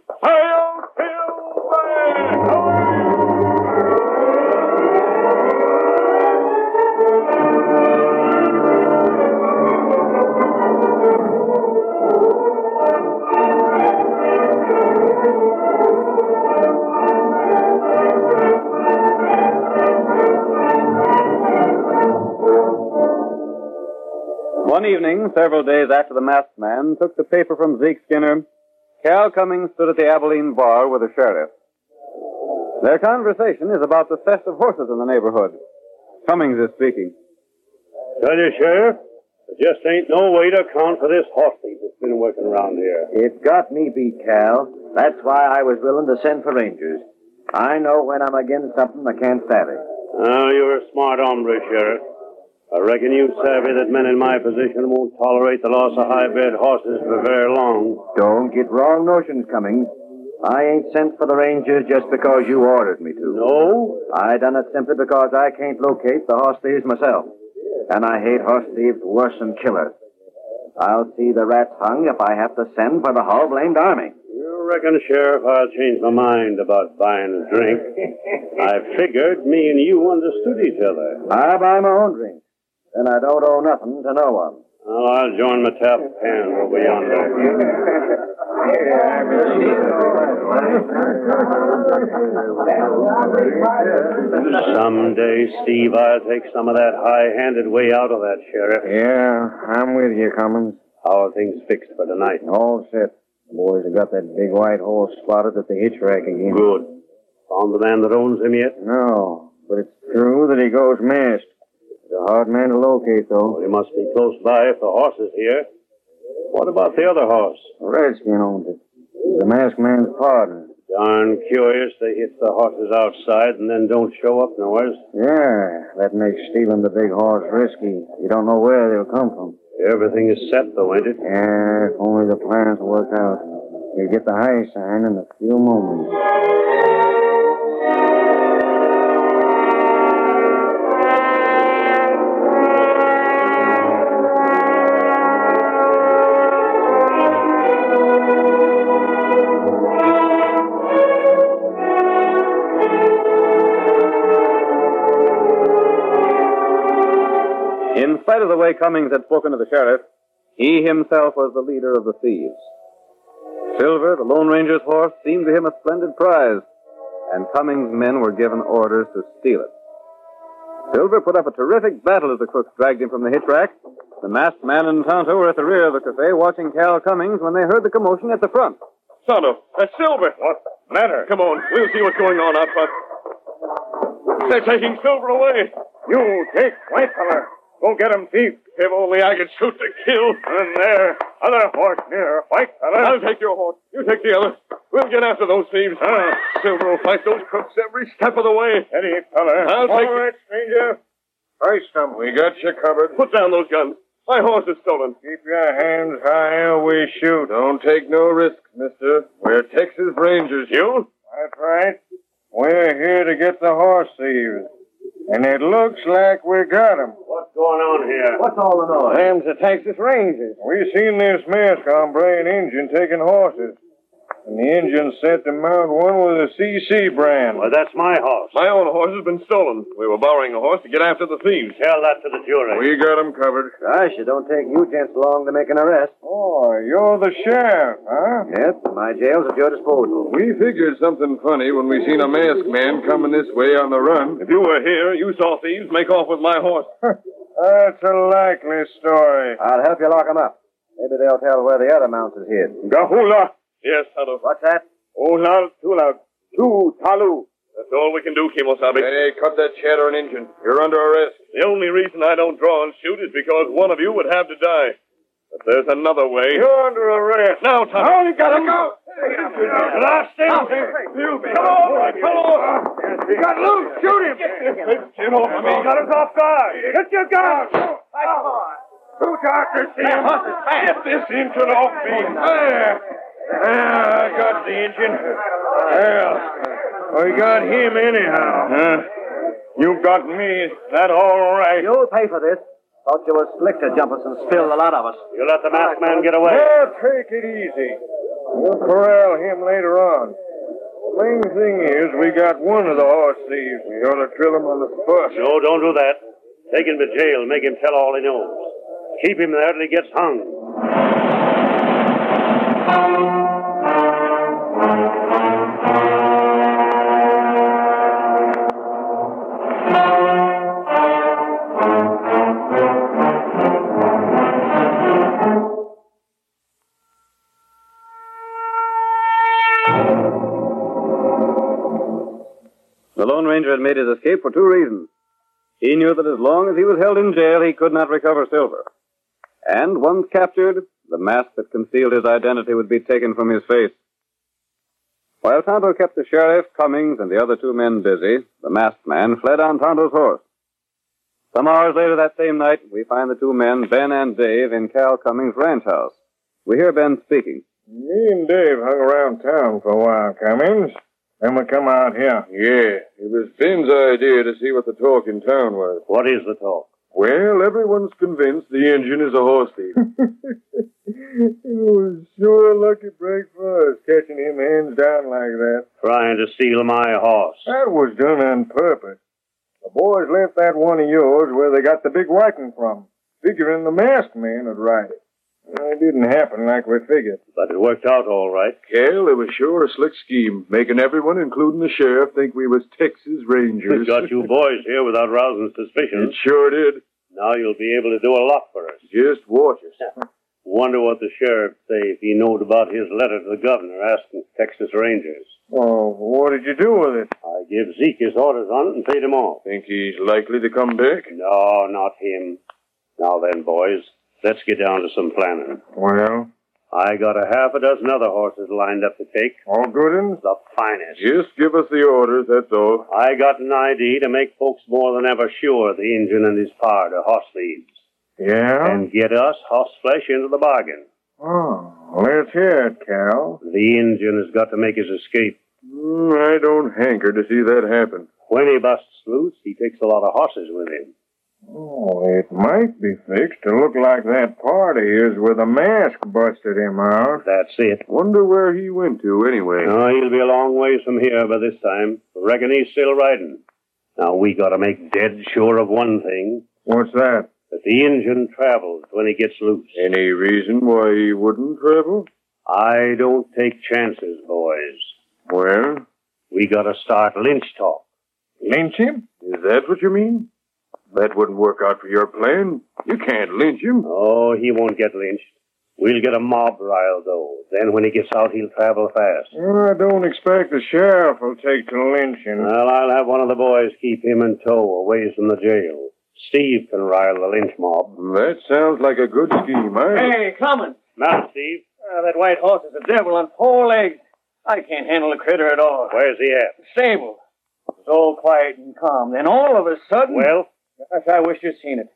[SPEAKER 9] One evening, several days after the masked man took the paper from Zeke Skinner, Cal Cummings stood at the Abilene bar with the sheriff. Their conversation is about the theft of horses in the neighborhood. Cummings is speaking.
[SPEAKER 13] Tell you, Sheriff, there just ain't no way to account for this horse thief that's been working around here.
[SPEAKER 14] It got me beat, Cal. That's why I was willing to send for Rangers. I know when I'm against something, I can't stand it.
[SPEAKER 13] Oh, you're a smart hombre, Sheriff. I reckon you savvy that men in my position won't tolerate the loss of high-bred horses for very long.
[SPEAKER 14] Don't get wrong notions, Cummings. I ain't sent for the Rangers just because you ordered me to.
[SPEAKER 13] No?
[SPEAKER 14] I done it simply because I can't locate the horse thieves myself. And I hate horse thieves worse than killers. I'll see the rats hung if I have to send for the whole blamed army.
[SPEAKER 13] You reckon, Sheriff, I'll change my mind about buying a drink? I figured me and you understood each other.
[SPEAKER 14] I buy my own drink. Then I don't owe nothing to no one.
[SPEAKER 13] Oh, I'll join my tap pans over yonder. Someday, Steve, I'll take some of that high-handed way out of that, Sheriff.
[SPEAKER 14] Yeah, I'm with you, Cummins.
[SPEAKER 13] How are things fixed for tonight?
[SPEAKER 14] All set. Boys have got that big white horse spotted at the hitch rack again.
[SPEAKER 13] Good. Found the man that owns him yet?
[SPEAKER 14] No, but it's true that he goes missed. He's a hard man to locate, though.
[SPEAKER 13] He must be close by if the horse is here. What about the other horse?
[SPEAKER 14] Redskin owns it. He's the masked man's partner.
[SPEAKER 13] Darn curious they hit the horses outside and then don't show up nowhere.
[SPEAKER 14] Yeah, that makes stealing the big horse risky. You don't know where they'll come from.
[SPEAKER 13] Everything is set, though, ain't it?
[SPEAKER 14] Yeah, if only the plans work out. You'll get the high sign in a few moments.
[SPEAKER 9] In spite of the way Cummings had spoken to the sheriff, he himself was the leader of the thieves. Silver, the Lone Ranger's horse, seemed to him a splendid prize, and Cummings' men were given orders to steal it. Silver put up a terrific battle as the crooks dragged him from the hitch rack. The masked man and Tonto were at the rear of the cafe watching Cal Cummings when they heard the commotion at the front.
[SPEAKER 11] Tonto, that's Silver. What matter? Come on, we'll see what's going on out front. They're taking Silver away. You, Jake, white collar. Go get him, thief. If only I could shoot to kill. And there, other horse near, white collar. I'll take your horse. You take the other. We'll get after those thieves. Silver will fight those crooks every step of the way. Eddie, collar. I'll take.
[SPEAKER 10] All right, stranger. I stumble.
[SPEAKER 11] We got you covered. Put down those guns. My horse is stolen.
[SPEAKER 10] Keep your hands high or we shoot. Don't take no risks, mister. We're Texas Rangers. You? That's right. We're here to get the horse thieves. And it looks like we got 'em.
[SPEAKER 13] What's going on here?
[SPEAKER 10] What's all the noise? Them's the Texas Rangers. We seen this mask hombre and Indian taking horses. And the Indian sent to mount one with a CC brand.
[SPEAKER 13] Well, that's my horse.
[SPEAKER 11] My own horse has been stolen. We were borrowing a horse to get after the thieves.
[SPEAKER 13] Tell that to the jury.
[SPEAKER 11] We got him covered.
[SPEAKER 14] Gosh, it don't take you gents long to make an arrest.
[SPEAKER 10] Oh, you're the sheriff, huh?
[SPEAKER 14] Yep, my jail's at your disposal.
[SPEAKER 10] We figured something funny when we seen a masked man coming this way on the run.
[SPEAKER 11] If you were here, you saw thieves make off with my horse.
[SPEAKER 10] That's a likely story.
[SPEAKER 14] I'll help you lock 'em up. Maybe they'll tell where the other mounts is hid.
[SPEAKER 11] Gahula. Yes, Oh, Tonto.
[SPEAKER 14] What's that?
[SPEAKER 11] Ola Tula. Tu Talu. That's all we can do, Kimosabe.
[SPEAKER 10] Hey, cut that chatter and engine. You're under arrest.
[SPEAKER 11] The only reason I don't draw and shoot is because one of you would have to die. But there's another way.
[SPEAKER 10] You're under arrest.
[SPEAKER 11] Now, Tonto.
[SPEAKER 10] Now you gotta go.
[SPEAKER 11] And I stand here. Come on, fellow. He got loose. Shoot him. Get off of me. Got us off guard. Get your gun. Who doctors here? Get this engine off me. There. There, I got the engine.
[SPEAKER 10] We got him anyhow. Huh? You got me. That all right.
[SPEAKER 14] You'll pay for this. Thought you were slick to jump us and spill the lot of us.
[SPEAKER 13] You let the masked man get away.
[SPEAKER 10] Well, take it easy. We'll corral him later on. Main thing is, we got one of the horse thieves. We ought to drill him on the spot.
[SPEAKER 13] No, don't do that. Take him to jail. Make him tell all he knows. Keep him there till he gets hung.
[SPEAKER 9] The Lone Ranger had made his escape for two reasons. He knew that as long as he was held in jail, he could not recover silver. And once captured, the mask that concealed his identity would be taken from his face. While Tonto kept the sheriff, Cummings, and the other two men busy, the masked man fled on Tonto's horse. Some hours later that same night, we find the two men, Ben and Dave, in Cal Cummings' ranch house. We hear Ben speaking.
[SPEAKER 10] Me and Dave hung around town for a while, Cummings. Then we come out here.
[SPEAKER 5] Yeah, it was Finn's idea to see what the talk in town was. What is the talk? Well, everyone's convinced the engine is a horse thief.
[SPEAKER 10] it was sure a lucky break for us, catching him hands down like that.
[SPEAKER 13] Trying to steal my horse.
[SPEAKER 10] That was done on purpose. The boys left that one of yours where they got the big whiting from, figuring the masked man would ride it. Well, it didn't happen like we figured.
[SPEAKER 5] But it worked out all right. Cal, it was sure a slick scheme, making everyone, including the sheriff, think we was Texas Rangers.
[SPEAKER 13] We got you boys here without rousing suspicion.
[SPEAKER 5] It sure did.
[SPEAKER 13] Now you'll be able to do a lot for us.
[SPEAKER 5] Just watch
[SPEAKER 13] us. Wonder what the sheriff'd say if he knowed about his letter to the governor asking Texas Rangers.
[SPEAKER 10] Oh, what did you do with it?
[SPEAKER 13] I give Zeke his orders on it and paid him off.
[SPEAKER 5] Think he's likely to come back?
[SPEAKER 13] No, not him. Now then, boys, let's get down to some planning.
[SPEAKER 10] Well,
[SPEAKER 13] I got a half a dozen other horses lined up to take.
[SPEAKER 10] All good ones?
[SPEAKER 13] The finest.
[SPEAKER 5] Just give us the orders, that's all.
[SPEAKER 13] I got an ID to make folks more than ever sure the engine and his pard are horse thieves.
[SPEAKER 10] Yeah?
[SPEAKER 13] And get us horse flesh into the bargain.
[SPEAKER 10] Oh, let's hear it, Cal.
[SPEAKER 13] The engine has got to make his escape.
[SPEAKER 5] Mm, I don't hanker to see that happen.
[SPEAKER 13] When he busts loose, he takes a lot of horses with him.
[SPEAKER 10] Oh, it might be fixed to look like that party is with a mask busted him out.
[SPEAKER 13] That's it.
[SPEAKER 5] Wonder where he went to, anyway.
[SPEAKER 13] Oh, he'll be a long ways from here by this time. Reckon he's still riding. Now we gotta make dead sure of one thing.
[SPEAKER 10] What's that?
[SPEAKER 13] That the engine travels when he gets loose.
[SPEAKER 5] Any reason why he wouldn't travel?
[SPEAKER 13] I don't take chances, boys.
[SPEAKER 5] Well?
[SPEAKER 13] We gotta start lynch talk.
[SPEAKER 10] Lynch him?
[SPEAKER 5] Is that what you mean? That wouldn't work out for your plan. You can't lynch him.
[SPEAKER 13] Oh, he won't get lynched. We'll get a mob rile, though. Then when he gets out, he'll travel fast.
[SPEAKER 10] Well, I don't expect the sheriff will take to lynching.
[SPEAKER 13] Well, I'll have one of the boys keep him in tow away from the jail. Steve can rile the lynch mob.
[SPEAKER 5] That sounds like a good scheme, eh?
[SPEAKER 14] Hey, Common.
[SPEAKER 13] Now, Steve,
[SPEAKER 10] Ah,
[SPEAKER 14] Uh, that white horse is a devil on four legs. I can't handle the critter at all.
[SPEAKER 13] where's he at?
[SPEAKER 14] Stable. It was all quiet and calm. Then all of a sudden.
[SPEAKER 13] Well?
[SPEAKER 14] Gosh, I wish you'd seen it.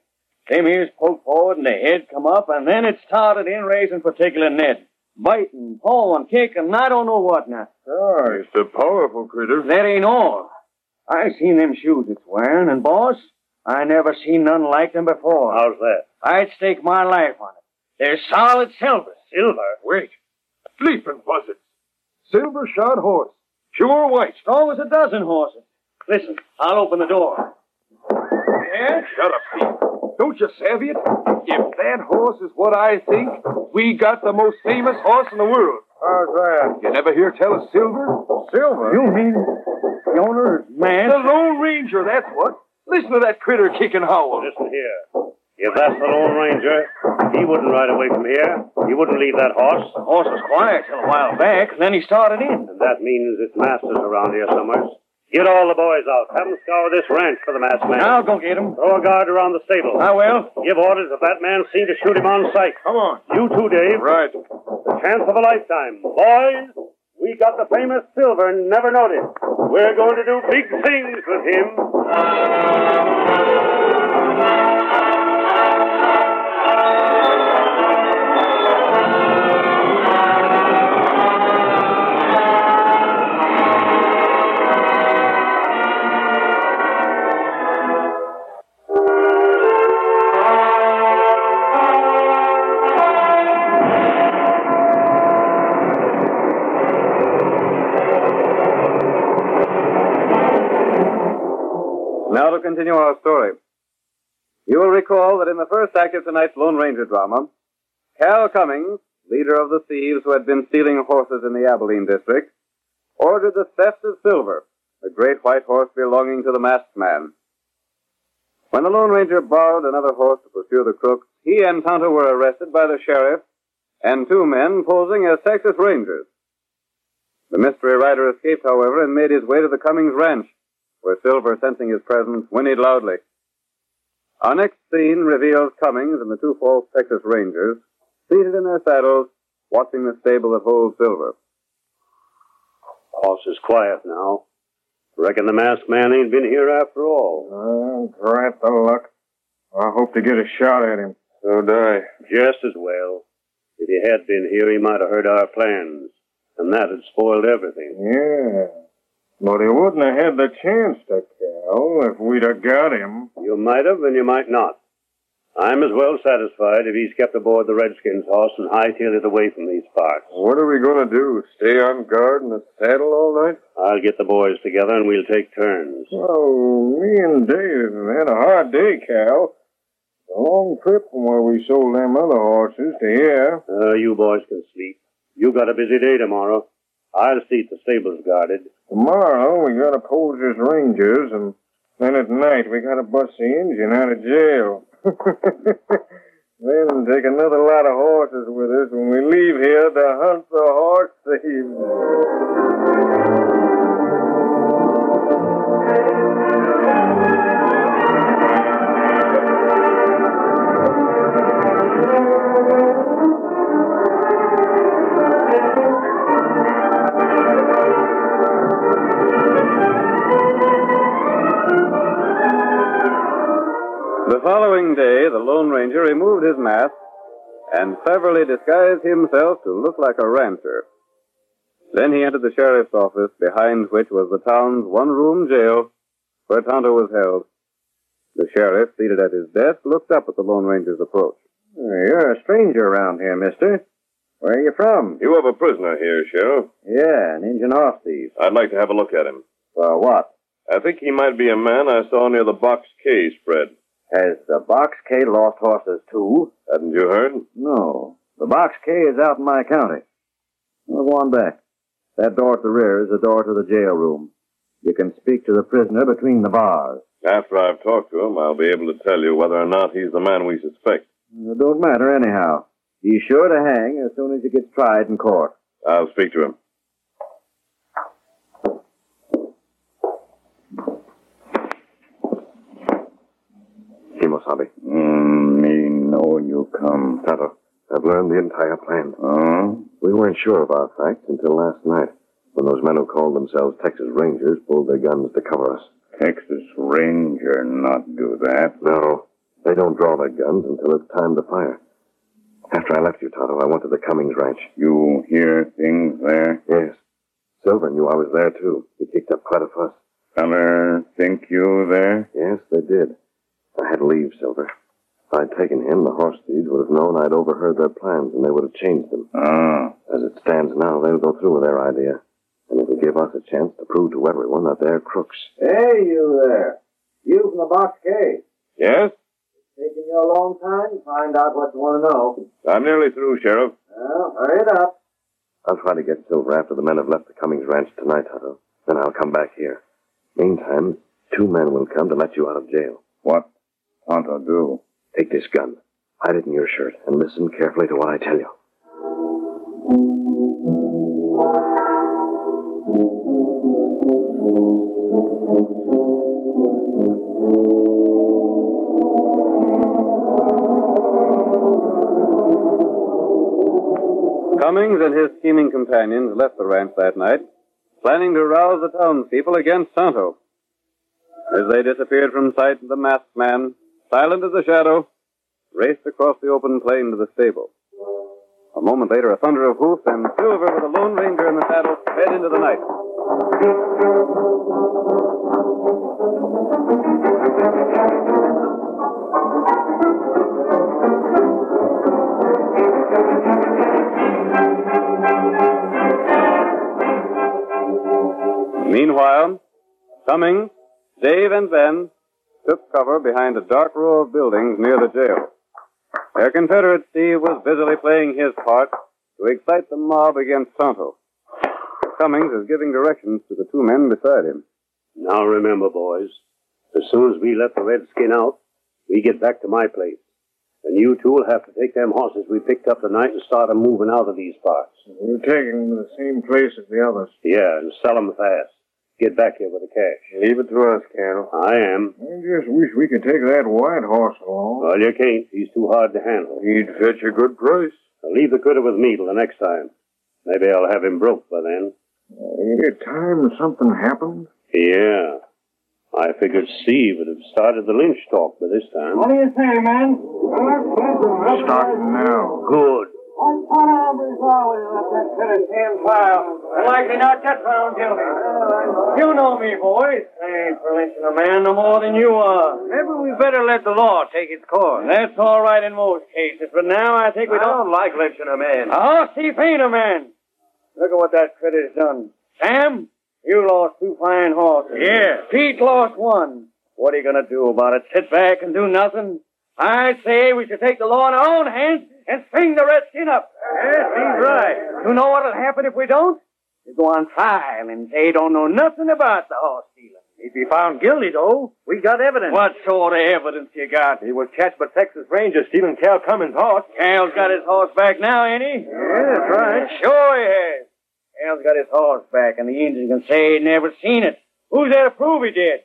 [SPEAKER 14] Them ears poked forward and the head come up, and then it started in raising particular Ned. Biting, pawing, kicking, I don't know what now.
[SPEAKER 10] Sure.
[SPEAKER 5] It's a powerful critter.
[SPEAKER 14] That ain't all. I seen them shoes it's wearing, and boss, I never seen none like them before.
[SPEAKER 13] How's that?
[SPEAKER 14] I'd stake my life on it. They're solid silver.
[SPEAKER 13] Silver?
[SPEAKER 5] Wait. Sleeping buzzards. Silver shod horse. Pure white.
[SPEAKER 14] Strong as a dozen horses. Listen, I'll open the door.
[SPEAKER 11] Yeah? Shut up, Steve. Don't you savvy it? If that horse is what I think, we got the most famous horse in the world.
[SPEAKER 10] How's that?
[SPEAKER 11] You never hear tell of Silver?
[SPEAKER 10] Silver?
[SPEAKER 11] You mean
[SPEAKER 14] the owner is mad?
[SPEAKER 11] The Lone Ranger, that's what. Listen to that critter kick and howl.
[SPEAKER 13] Listen here. If that's the Lone Ranger, he wouldn't ride away from here. He wouldn't leave that horse.
[SPEAKER 14] The horse was quiet till a while back, and then he started in.
[SPEAKER 13] And that means it's masters around here somewhere. Get all the boys out. Have them scour this ranch for the masked man.
[SPEAKER 14] I'll go get him.
[SPEAKER 13] Throw a guard around the stable.
[SPEAKER 14] I will.
[SPEAKER 13] Give orders if that man's seen to shoot him on sight.
[SPEAKER 5] Come on.
[SPEAKER 13] You too, Dave.
[SPEAKER 5] Right.
[SPEAKER 13] The chance of a lifetime. Boys, we got the famous silver and never noticed. We're going to do big things with him.
[SPEAKER 9] Now to continue our story. You will recall that in the first act of tonight's Lone Ranger drama, Cal Cummings, leader of the thieves who had been stealing horses in the Abilene district, ordered the theft of silver, the great white horse belonging to the masked man. When the Lone Ranger borrowed another horse to pursue the crooks, he and Tonto were arrested by the sheriff and two men posing as Texas Rangers. The mystery rider escaped, however, and made his way to the Cummings ranch where Silver, sensing his presence, whinnied loudly. Our next scene reveals Cummings and the two false Texas Rangers seated in their saddles, watching the stable that holds Silver.
[SPEAKER 13] Horse is quiet now. Reckon the masked man ain't been here after all.
[SPEAKER 10] Oh, drat
[SPEAKER 13] Oh,
[SPEAKER 10] the luck. I hope to get a shot at him.
[SPEAKER 5] So die.
[SPEAKER 13] Just as well. If he had been here, he might have heard our plans, and that had spoiled everything.
[SPEAKER 10] Yeah. But he wouldn't have had the chance to kill if we'd have got him.
[SPEAKER 13] You might have, and you might not. I'm as well satisfied if he's kept aboard the Redskins' horse and hightailed it away from these parts.
[SPEAKER 10] What are we going to do? Stay on guard in the saddle all night?
[SPEAKER 13] I'll get the boys together, and we'll take turns.
[SPEAKER 10] Oh, me and Dave have had a hard day, Cal. It's a long trip from where we sold them other horses to here.
[SPEAKER 13] Uh, you boys can sleep. You got a busy day tomorrow. I'll see the stable's guarded.
[SPEAKER 10] Tomorrow we gotta pose as rangers, and then at night we gotta bust the engine out of jail. then take another lot of horses with us when we leave here to hunt the horse thieves.
[SPEAKER 9] The following day, the Lone Ranger removed his mask and cleverly disguised himself to look like a rancher. Then he entered the sheriff's office, behind which was the town's one-room jail, where Tonto was held. The sheriff, seated at his desk, looked up at the Lone Ranger's approach.
[SPEAKER 14] You're a stranger around here, mister. Where are you from?
[SPEAKER 15] You have a prisoner here, Sheriff.
[SPEAKER 14] Yeah, an engine off thief.
[SPEAKER 15] I'd like to have a look at him.
[SPEAKER 14] For what?
[SPEAKER 15] I think he might be a man I saw near the Box K spread.
[SPEAKER 14] Has the Box K lost horses too?
[SPEAKER 15] Hadn't you heard?
[SPEAKER 14] No. The Box K is out in my county. Well, go on back. That door at the rear is the door to the jail room. You can speak to the prisoner between the bars.
[SPEAKER 15] After I've talked to him, I'll be able to tell you whether or not he's the man we suspect.
[SPEAKER 14] It don't matter anyhow. He's sure to hang as soon as he gets tried in court.
[SPEAKER 15] I'll speak to him.
[SPEAKER 16] Chemo, Sabi. Mm, me know you come. Tonto, I've learned the entire plan. Oh? We weren't sure of our facts until last night, when those men who called themselves Texas Rangers pulled their guns to cover us.
[SPEAKER 17] Texas Ranger not do that.
[SPEAKER 16] No, they don't draw their guns until it's time to fire. After I left you, Tonto, I went to the Cummings Ranch.
[SPEAKER 17] You hear things there?
[SPEAKER 16] Yes. Silver knew I was there, too. He kicked up quite a fuss.
[SPEAKER 17] Feller think you there?
[SPEAKER 16] Yes, they did. I had to leave, Silver. If I'd taken him, the horse thieves would have known I'd overheard their plans, and they would have changed them.
[SPEAKER 17] Ah.
[SPEAKER 16] As it stands now, they'll go through with their idea. And it'll give us a chance to prove to everyone that they're crooks.
[SPEAKER 18] Hey, you there. You from the Box K.
[SPEAKER 15] Yes?
[SPEAKER 18] Taking you a long time to find out what you want to know.
[SPEAKER 15] I'm nearly through, Sheriff.
[SPEAKER 18] Well, hurry it up.
[SPEAKER 16] I'll try to get Silver after the men have left the Cummings ranch tonight, Tonto. Then I'll come back here. Meantime, two men will come to let you out of jail.
[SPEAKER 17] What Tonto do?
[SPEAKER 16] Take this gun, hide it in your shirt, and listen carefully to what I tell you.
[SPEAKER 9] Cummings and his scheming companions left the ranch that night, planning to rouse the townspeople against Tonto. As they disappeared from sight, the masked man, silent as a shadow, raced across the open plain to the stable. A moment later, a thunder of hoofs and Silver, with a Lone Ranger in the saddle, sped into the night. Meanwhile, Cummings, Dave and Ben took cover behind a dark row of buildings near the jail. Their Confederate Steve was busily playing his part to excite the mob against Tonto. Cummings is giving directions to the two men beside him.
[SPEAKER 13] Now remember, boys, as soon as we let the redskin out, we get back to my place. And you two will have to take them horses we picked up tonight and start 'em moving out of these parts.
[SPEAKER 10] We're taking them to the same place as the others.
[SPEAKER 13] Yeah, and sell 'em fast. Get back here with the cash.
[SPEAKER 10] Leave it to us, Cal.
[SPEAKER 13] I am.
[SPEAKER 10] I just wish we could take that white horse along.
[SPEAKER 16] Oh,
[SPEAKER 13] Well, you can't. He's too hard to handle.
[SPEAKER 10] He'd fetch a good price.
[SPEAKER 13] Now leave the critter with me till the next time. Maybe I'll have him broke by then.
[SPEAKER 10] Every time something happens,
[SPEAKER 13] Yeah. I figured Steve would have started the lynch talk by this time.
[SPEAKER 6] do you say, man?
[SPEAKER 10] start now.
[SPEAKER 13] Good.
[SPEAKER 7] I'm on Aubrey's highway up that
[SPEAKER 14] Citizen file. Likely not get found guilty. You know me, boys. I ain't releasing a man no more than you are. Maybe we better let the law Oh, take its course. That's all right in most cases, but now I think we
[SPEAKER 5] I
[SPEAKER 14] don't.
[SPEAKER 5] don't like lynching a man.
[SPEAKER 14] Oh, Steve ain't a man. Look at what that critter's done. Sam, you lost two fine horses.
[SPEAKER 5] Yeah.
[SPEAKER 14] Pete lost one. What are you going to do about it? Sit back and do nothing? I say we should take the law in our own hands and string the redskin up. Yes, he's right. You know what'll happen if we don't? You go on trial and they don't know nothing about the horse stealing.
[SPEAKER 5] If he found guilty, though, we got evidence.
[SPEAKER 14] What sort of evidence you got?
[SPEAKER 5] He was catched by Texas Rangers stealing Cal Cummins' horse.
[SPEAKER 14] Cal's got his horse back now, ain't he? Yeah, that's right. Sure he has. Cal's got his horse back, and the Indians can say he never seen it. Who's there to prove he did?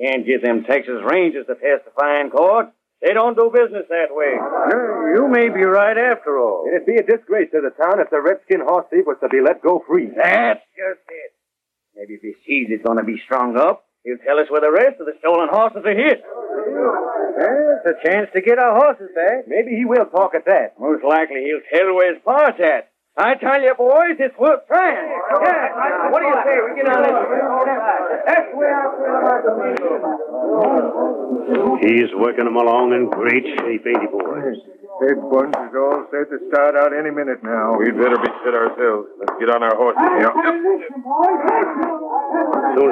[SPEAKER 14] Can't get them Texas Rangers to testify in court. They don't do business that way.
[SPEAKER 5] You may be right after all. It'd be a disgrace to the town if the redskin horse thief was to be let go free.
[SPEAKER 14] That's just it. Maybe if he sees it's going to be strung up, he'll tell us where the rest of the stolen horses are hid. There's a chance to get our horses back. Maybe he will talk at that. Most likely he'll tell where his pa's at. I tell you, boys, it's worth trying. Yeah, what do you say? We get on this. That's the way I feel about the
[SPEAKER 13] He's working them along in great shape, ain't he, boys?
[SPEAKER 10] State Bunch is all set to start out any minute now.
[SPEAKER 16] We'd better be shit ourselves. Let's get on our horses.
[SPEAKER 13] As soon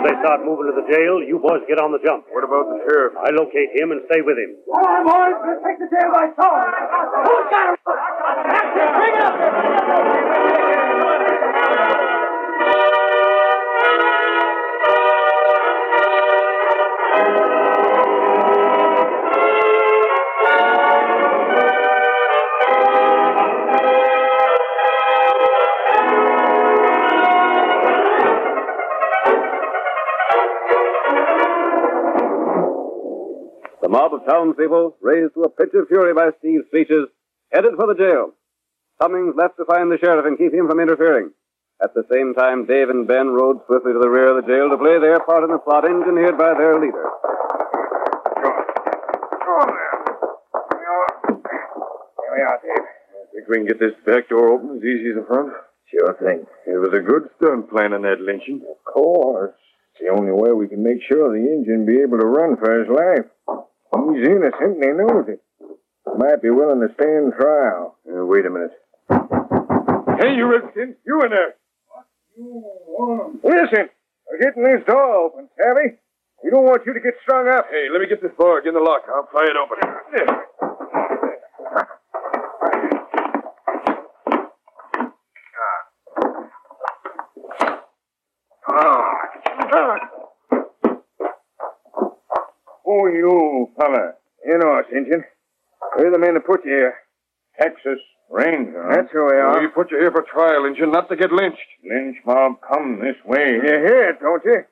[SPEAKER 13] as they start moving to the jail, you boys get on the jump. What about the sheriff? I locate him and stay with him.
[SPEAKER 14] All right, boys, let's take the jail by storm. Who's got him? That's it. Bring it up here.
[SPEAKER 9] The mob of townspeople, raised to a pitch of fury by Steve's speeches, headed for the jail. Cummings left to find the sheriff and keep him from interfering. At the same time, Dave and Ben rode swiftly to the rear of the jail to play their part in the plot engineered by their leader.
[SPEAKER 10] Here we are, Dave.
[SPEAKER 16] Think we can get this back door open as easy as the front? Sure thing. It was a good stunt planning that lynching.
[SPEAKER 10] Of course. It's the only way we can make sure the Indian be able to run for his life. He's innocent and he knows it. Might be willing to stand trial.
[SPEAKER 16] Uh,
[SPEAKER 10] wait a minute.
[SPEAKER 19] Hey, you redskin, you in there.
[SPEAKER 10] Listen, we're getting this door open, Savvy. We don't want you to get strung up.
[SPEAKER 16] Hey, let me get this bar. Get in the lock. I'll pry it open.
[SPEAKER 10] Oh, you fella. You know us, Injun. We're the men that put you here. Texas Ranger. That's who we are.
[SPEAKER 16] We put you here for trial, and you're not to get lynched.
[SPEAKER 10] Lynch mob, come this way. You hear it, don't you?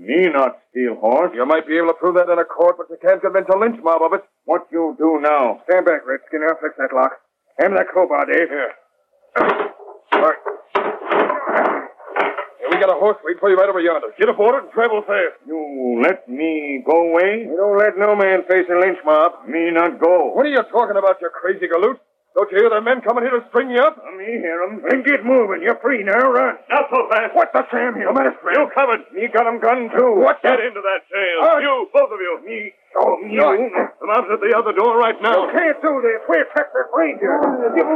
[SPEAKER 10] me not steal horse.
[SPEAKER 16] You might be able to prove that in a court, but you can't convince a lynch mob of it.
[SPEAKER 10] What you do now? Stand back, Redskin. I'll fix that lock. Hand me that crowbar, Dave. Here.
[SPEAKER 16] Hey, we got a horse waiting for you right over yonder. Get aboard it and travel fast.
[SPEAKER 10] You let me go away? You don't let no man face a lynch mob. Me not go.
[SPEAKER 16] What are you talking about, you crazy galoot? Don't you hear the men coming here to string you up?
[SPEAKER 10] Let me hear 'em. Then get moving. You're free now. Run. Not so fast. What the Sam here? No matter, You covered. Me got 'em gun, too.
[SPEAKER 11] What? Get into that jail.
[SPEAKER 10] Uh,
[SPEAKER 11] you, both of you. Me.
[SPEAKER 10] Oh, you.
[SPEAKER 11] The mob's at the other door right now.
[SPEAKER 10] You can't do this. We're Texas Rangers.
[SPEAKER 7] Boy, boy, you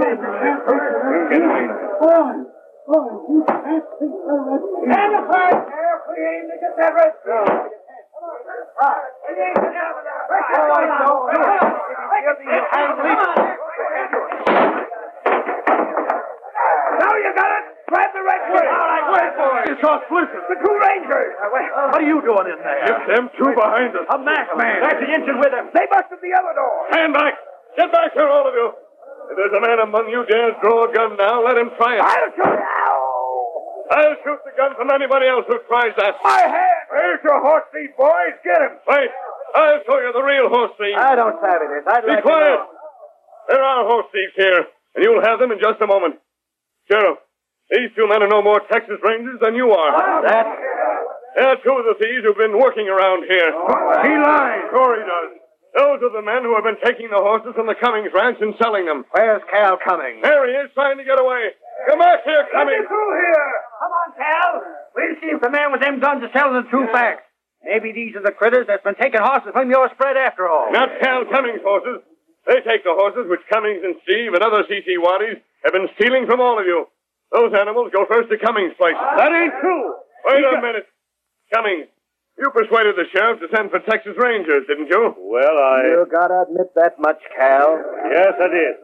[SPEAKER 7] can't think the red. Stand aside, Sheriff. We aim to get that red. Now you got it. Grab the red. All right, wait for it.
[SPEAKER 11] It's us, listen.
[SPEAKER 7] The two rangers.
[SPEAKER 11] What are you doing in there? It's them two behind us. A masked man. That's the engine with him.
[SPEAKER 7] They busted the other door.
[SPEAKER 11] Stand back. Get back here, all of you. If there's a man among you dares draw a gun now, let him try it. I'll shoot. I'll shoot the gun from anybody else who tries that.
[SPEAKER 7] My hand. Where's your horse thief, boys? Get him.
[SPEAKER 11] Wait. I'll show you the real horse thieves.
[SPEAKER 7] I don't savvy this. I'd
[SPEAKER 11] Be
[SPEAKER 7] like to
[SPEAKER 11] quiet.
[SPEAKER 7] know.
[SPEAKER 11] There are horse thieves here, and you'll have them in just a moment. Sheriff, these two men are no more Texas Rangers than you are. That? They're two of the thieves who've been working around here.
[SPEAKER 10] He lies.
[SPEAKER 11] Corey does. Those are the men who have been taking the horses from the Cummings ranch and selling them.
[SPEAKER 20] Where's Cal Cummings?
[SPEAKER 11] There he is, trying to get away. Come back here, Cummings.
[SPEAKER 18] Come on, pal.
[SPEAKER 21] We'll see if the man with them guns is telling the true facts. Maybe these are the critters that's been taking horses from your spread after all.
[SPEAKER 11] Not Cal Cummings' horses. They take the horses which Cummings and Steve and other CC Waddies have been stealing from all of you. Those animals go first to Cummings' place.
[SPEAKER 7] Ah.
[SPEAKER 18] That ain't true.
[SPEAKER 11] Wait a minute. Cummings, you persuaded the sheriff to send for Texas Rangers, didn't you? Well,
[SPEAKER 20] You gotta admit that much, Cal.
[SPEAKER 13] Yes, I did.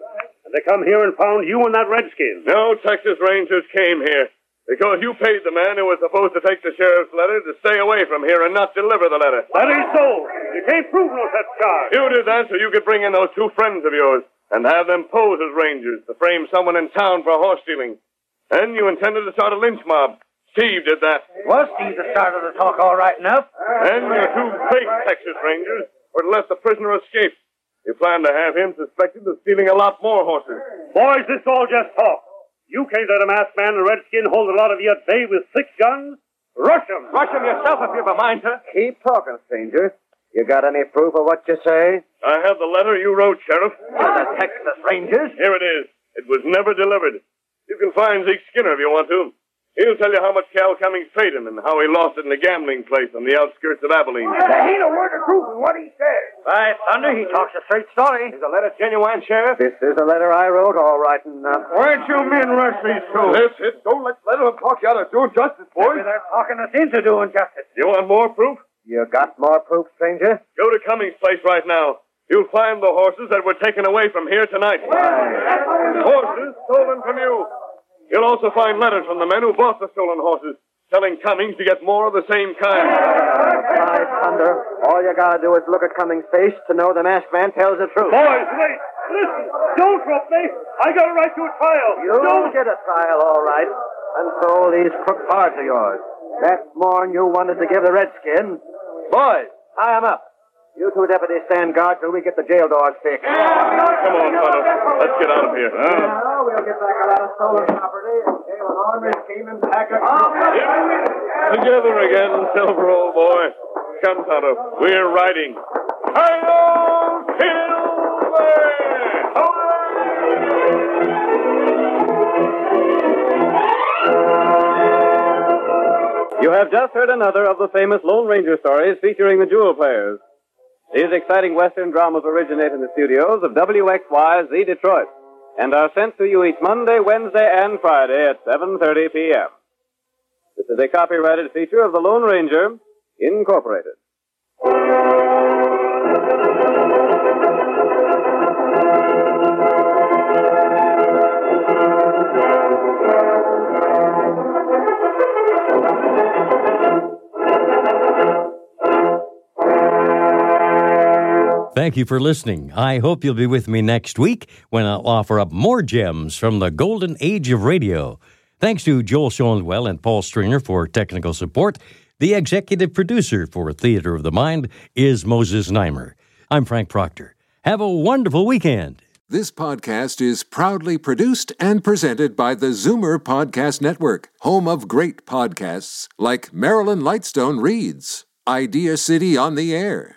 [SPEAKER 13] And they come here and found you and that redskin.
[SPEAKER 11] No Texas Rangers came here because you paid the man who was supposed to take the sheriff's letter to stay away from here and not deliver the letter.
[SPEAKER 18] That ain't so. You can't prove no such charge.
[SPEAKER 11] You did that so you could bring in those two friends of yours and have them pose as rangers to frame someone in town for horse stealing. Then you intended to start a lynch mob. Steve did that.
[SPEAKER 21] Was Steve the start of the talk all right enough?
[SPEAKER 11] Then your two fake Texas Rangers would have let the prisoner escape. You planned to have him suspected of stealing a lot more horses.
[SPEAKER 13] Boys, this all just talk. You can't let a masked man in a redskin hold a lot of you at bay with six guns. Rush 'em.
[SPEAKER 11] Rush 'em yourself if you've a mind to.
[SPEAKER 14] Keep talking, stranger. You got any proof of what you say?
[SPEAKER 11] I have the letter you wrote, Sheriff. To the
[SPEAKER 21] Texas Rangers?
[SPEAKER 11] Here it is. It was never delivered. You can find Zeke Skinner if you want to. He'll tell you how much Cal Cummings paid him and how he lost it in a gambling place on the outskirts of Abilene.
[SPEAKER 18] There ain't a word of truth in what he says.
[SPEAKER 21] By thunder, he talks a straight story. Is
[SPEAKER 11] the letter genuine, Sheriff?
[SPEAKER 14] This is a letter I wrote, all right enough.
[SPEAKER 11] Where'd you men rush these two? That's it. Don't let, let them talk you out of doing justice, boys.
[SPEAKER 21] They're talking us into doing justice.
[SPEAKER 11] You want more proof?
[SPEAKER 14] You got more proof, stranger?
[SPEAKER 11] Go to Cummings' place right now. You'll find the horses that were taken away from here tonight. Horses stolen from you. You'll also find letters from the men who bought the stolen horses, telling Cummings to get more of the same kind.
[SPEAKER 14] By thunder, all you gotta do is look at Cummings' face to know the masked man tells the truth.
[SPEAKER 18] Boys, wait. Listen. Don't rope me. I got a right to a trial.
[SPEAKER 14] You'll
[SPEAKER 18] Don't.
[SPEAKER 14] get a trial, all right. And so these crook parts of yours. That morn you wanted to give the redskin. Boys, tie 'em up. You two deputies stand guard till we get the jail doors fixed.
[SPEAKER 11] Come on, Tonto. Let's get out of here.
[SPEAKER 14] we'll get back a lot of stolen property. Jail and armory came in packer.
[SPEAKER 18] Ah,
[SPEAKER 11] Together again, Silver, old boy. Come, Tonto. We're riding.
[SPEAKER 9] You have just heard another of the famous Lone Ranger stories featuring the Jewel Players. These exciting Western dramas originate in the studios of WXYZ Detroit and are sent to you each Monday, Wednesday, and Friday at 7.30 p.m. This is a copyrighted feature of the Lone Ranger, Incorporated.
[SPEAKER 1] Thank you for listening. I hope you'll be with me next week when I'll offer up more gems from the golden age of radio. Thanks to Joel Schoenwell and Paul Stringer for technical support. The executive producer for Theater of the Mind is Moses Neimer. I'm Frank Proctor. Have a wonderful weekend.
[SPEAKER 22] This podcast is proudly produced and presented by the Zoomer Podcast Network, home of great podcasts like Marilyn Lightstone Reads, Idea City on the Air,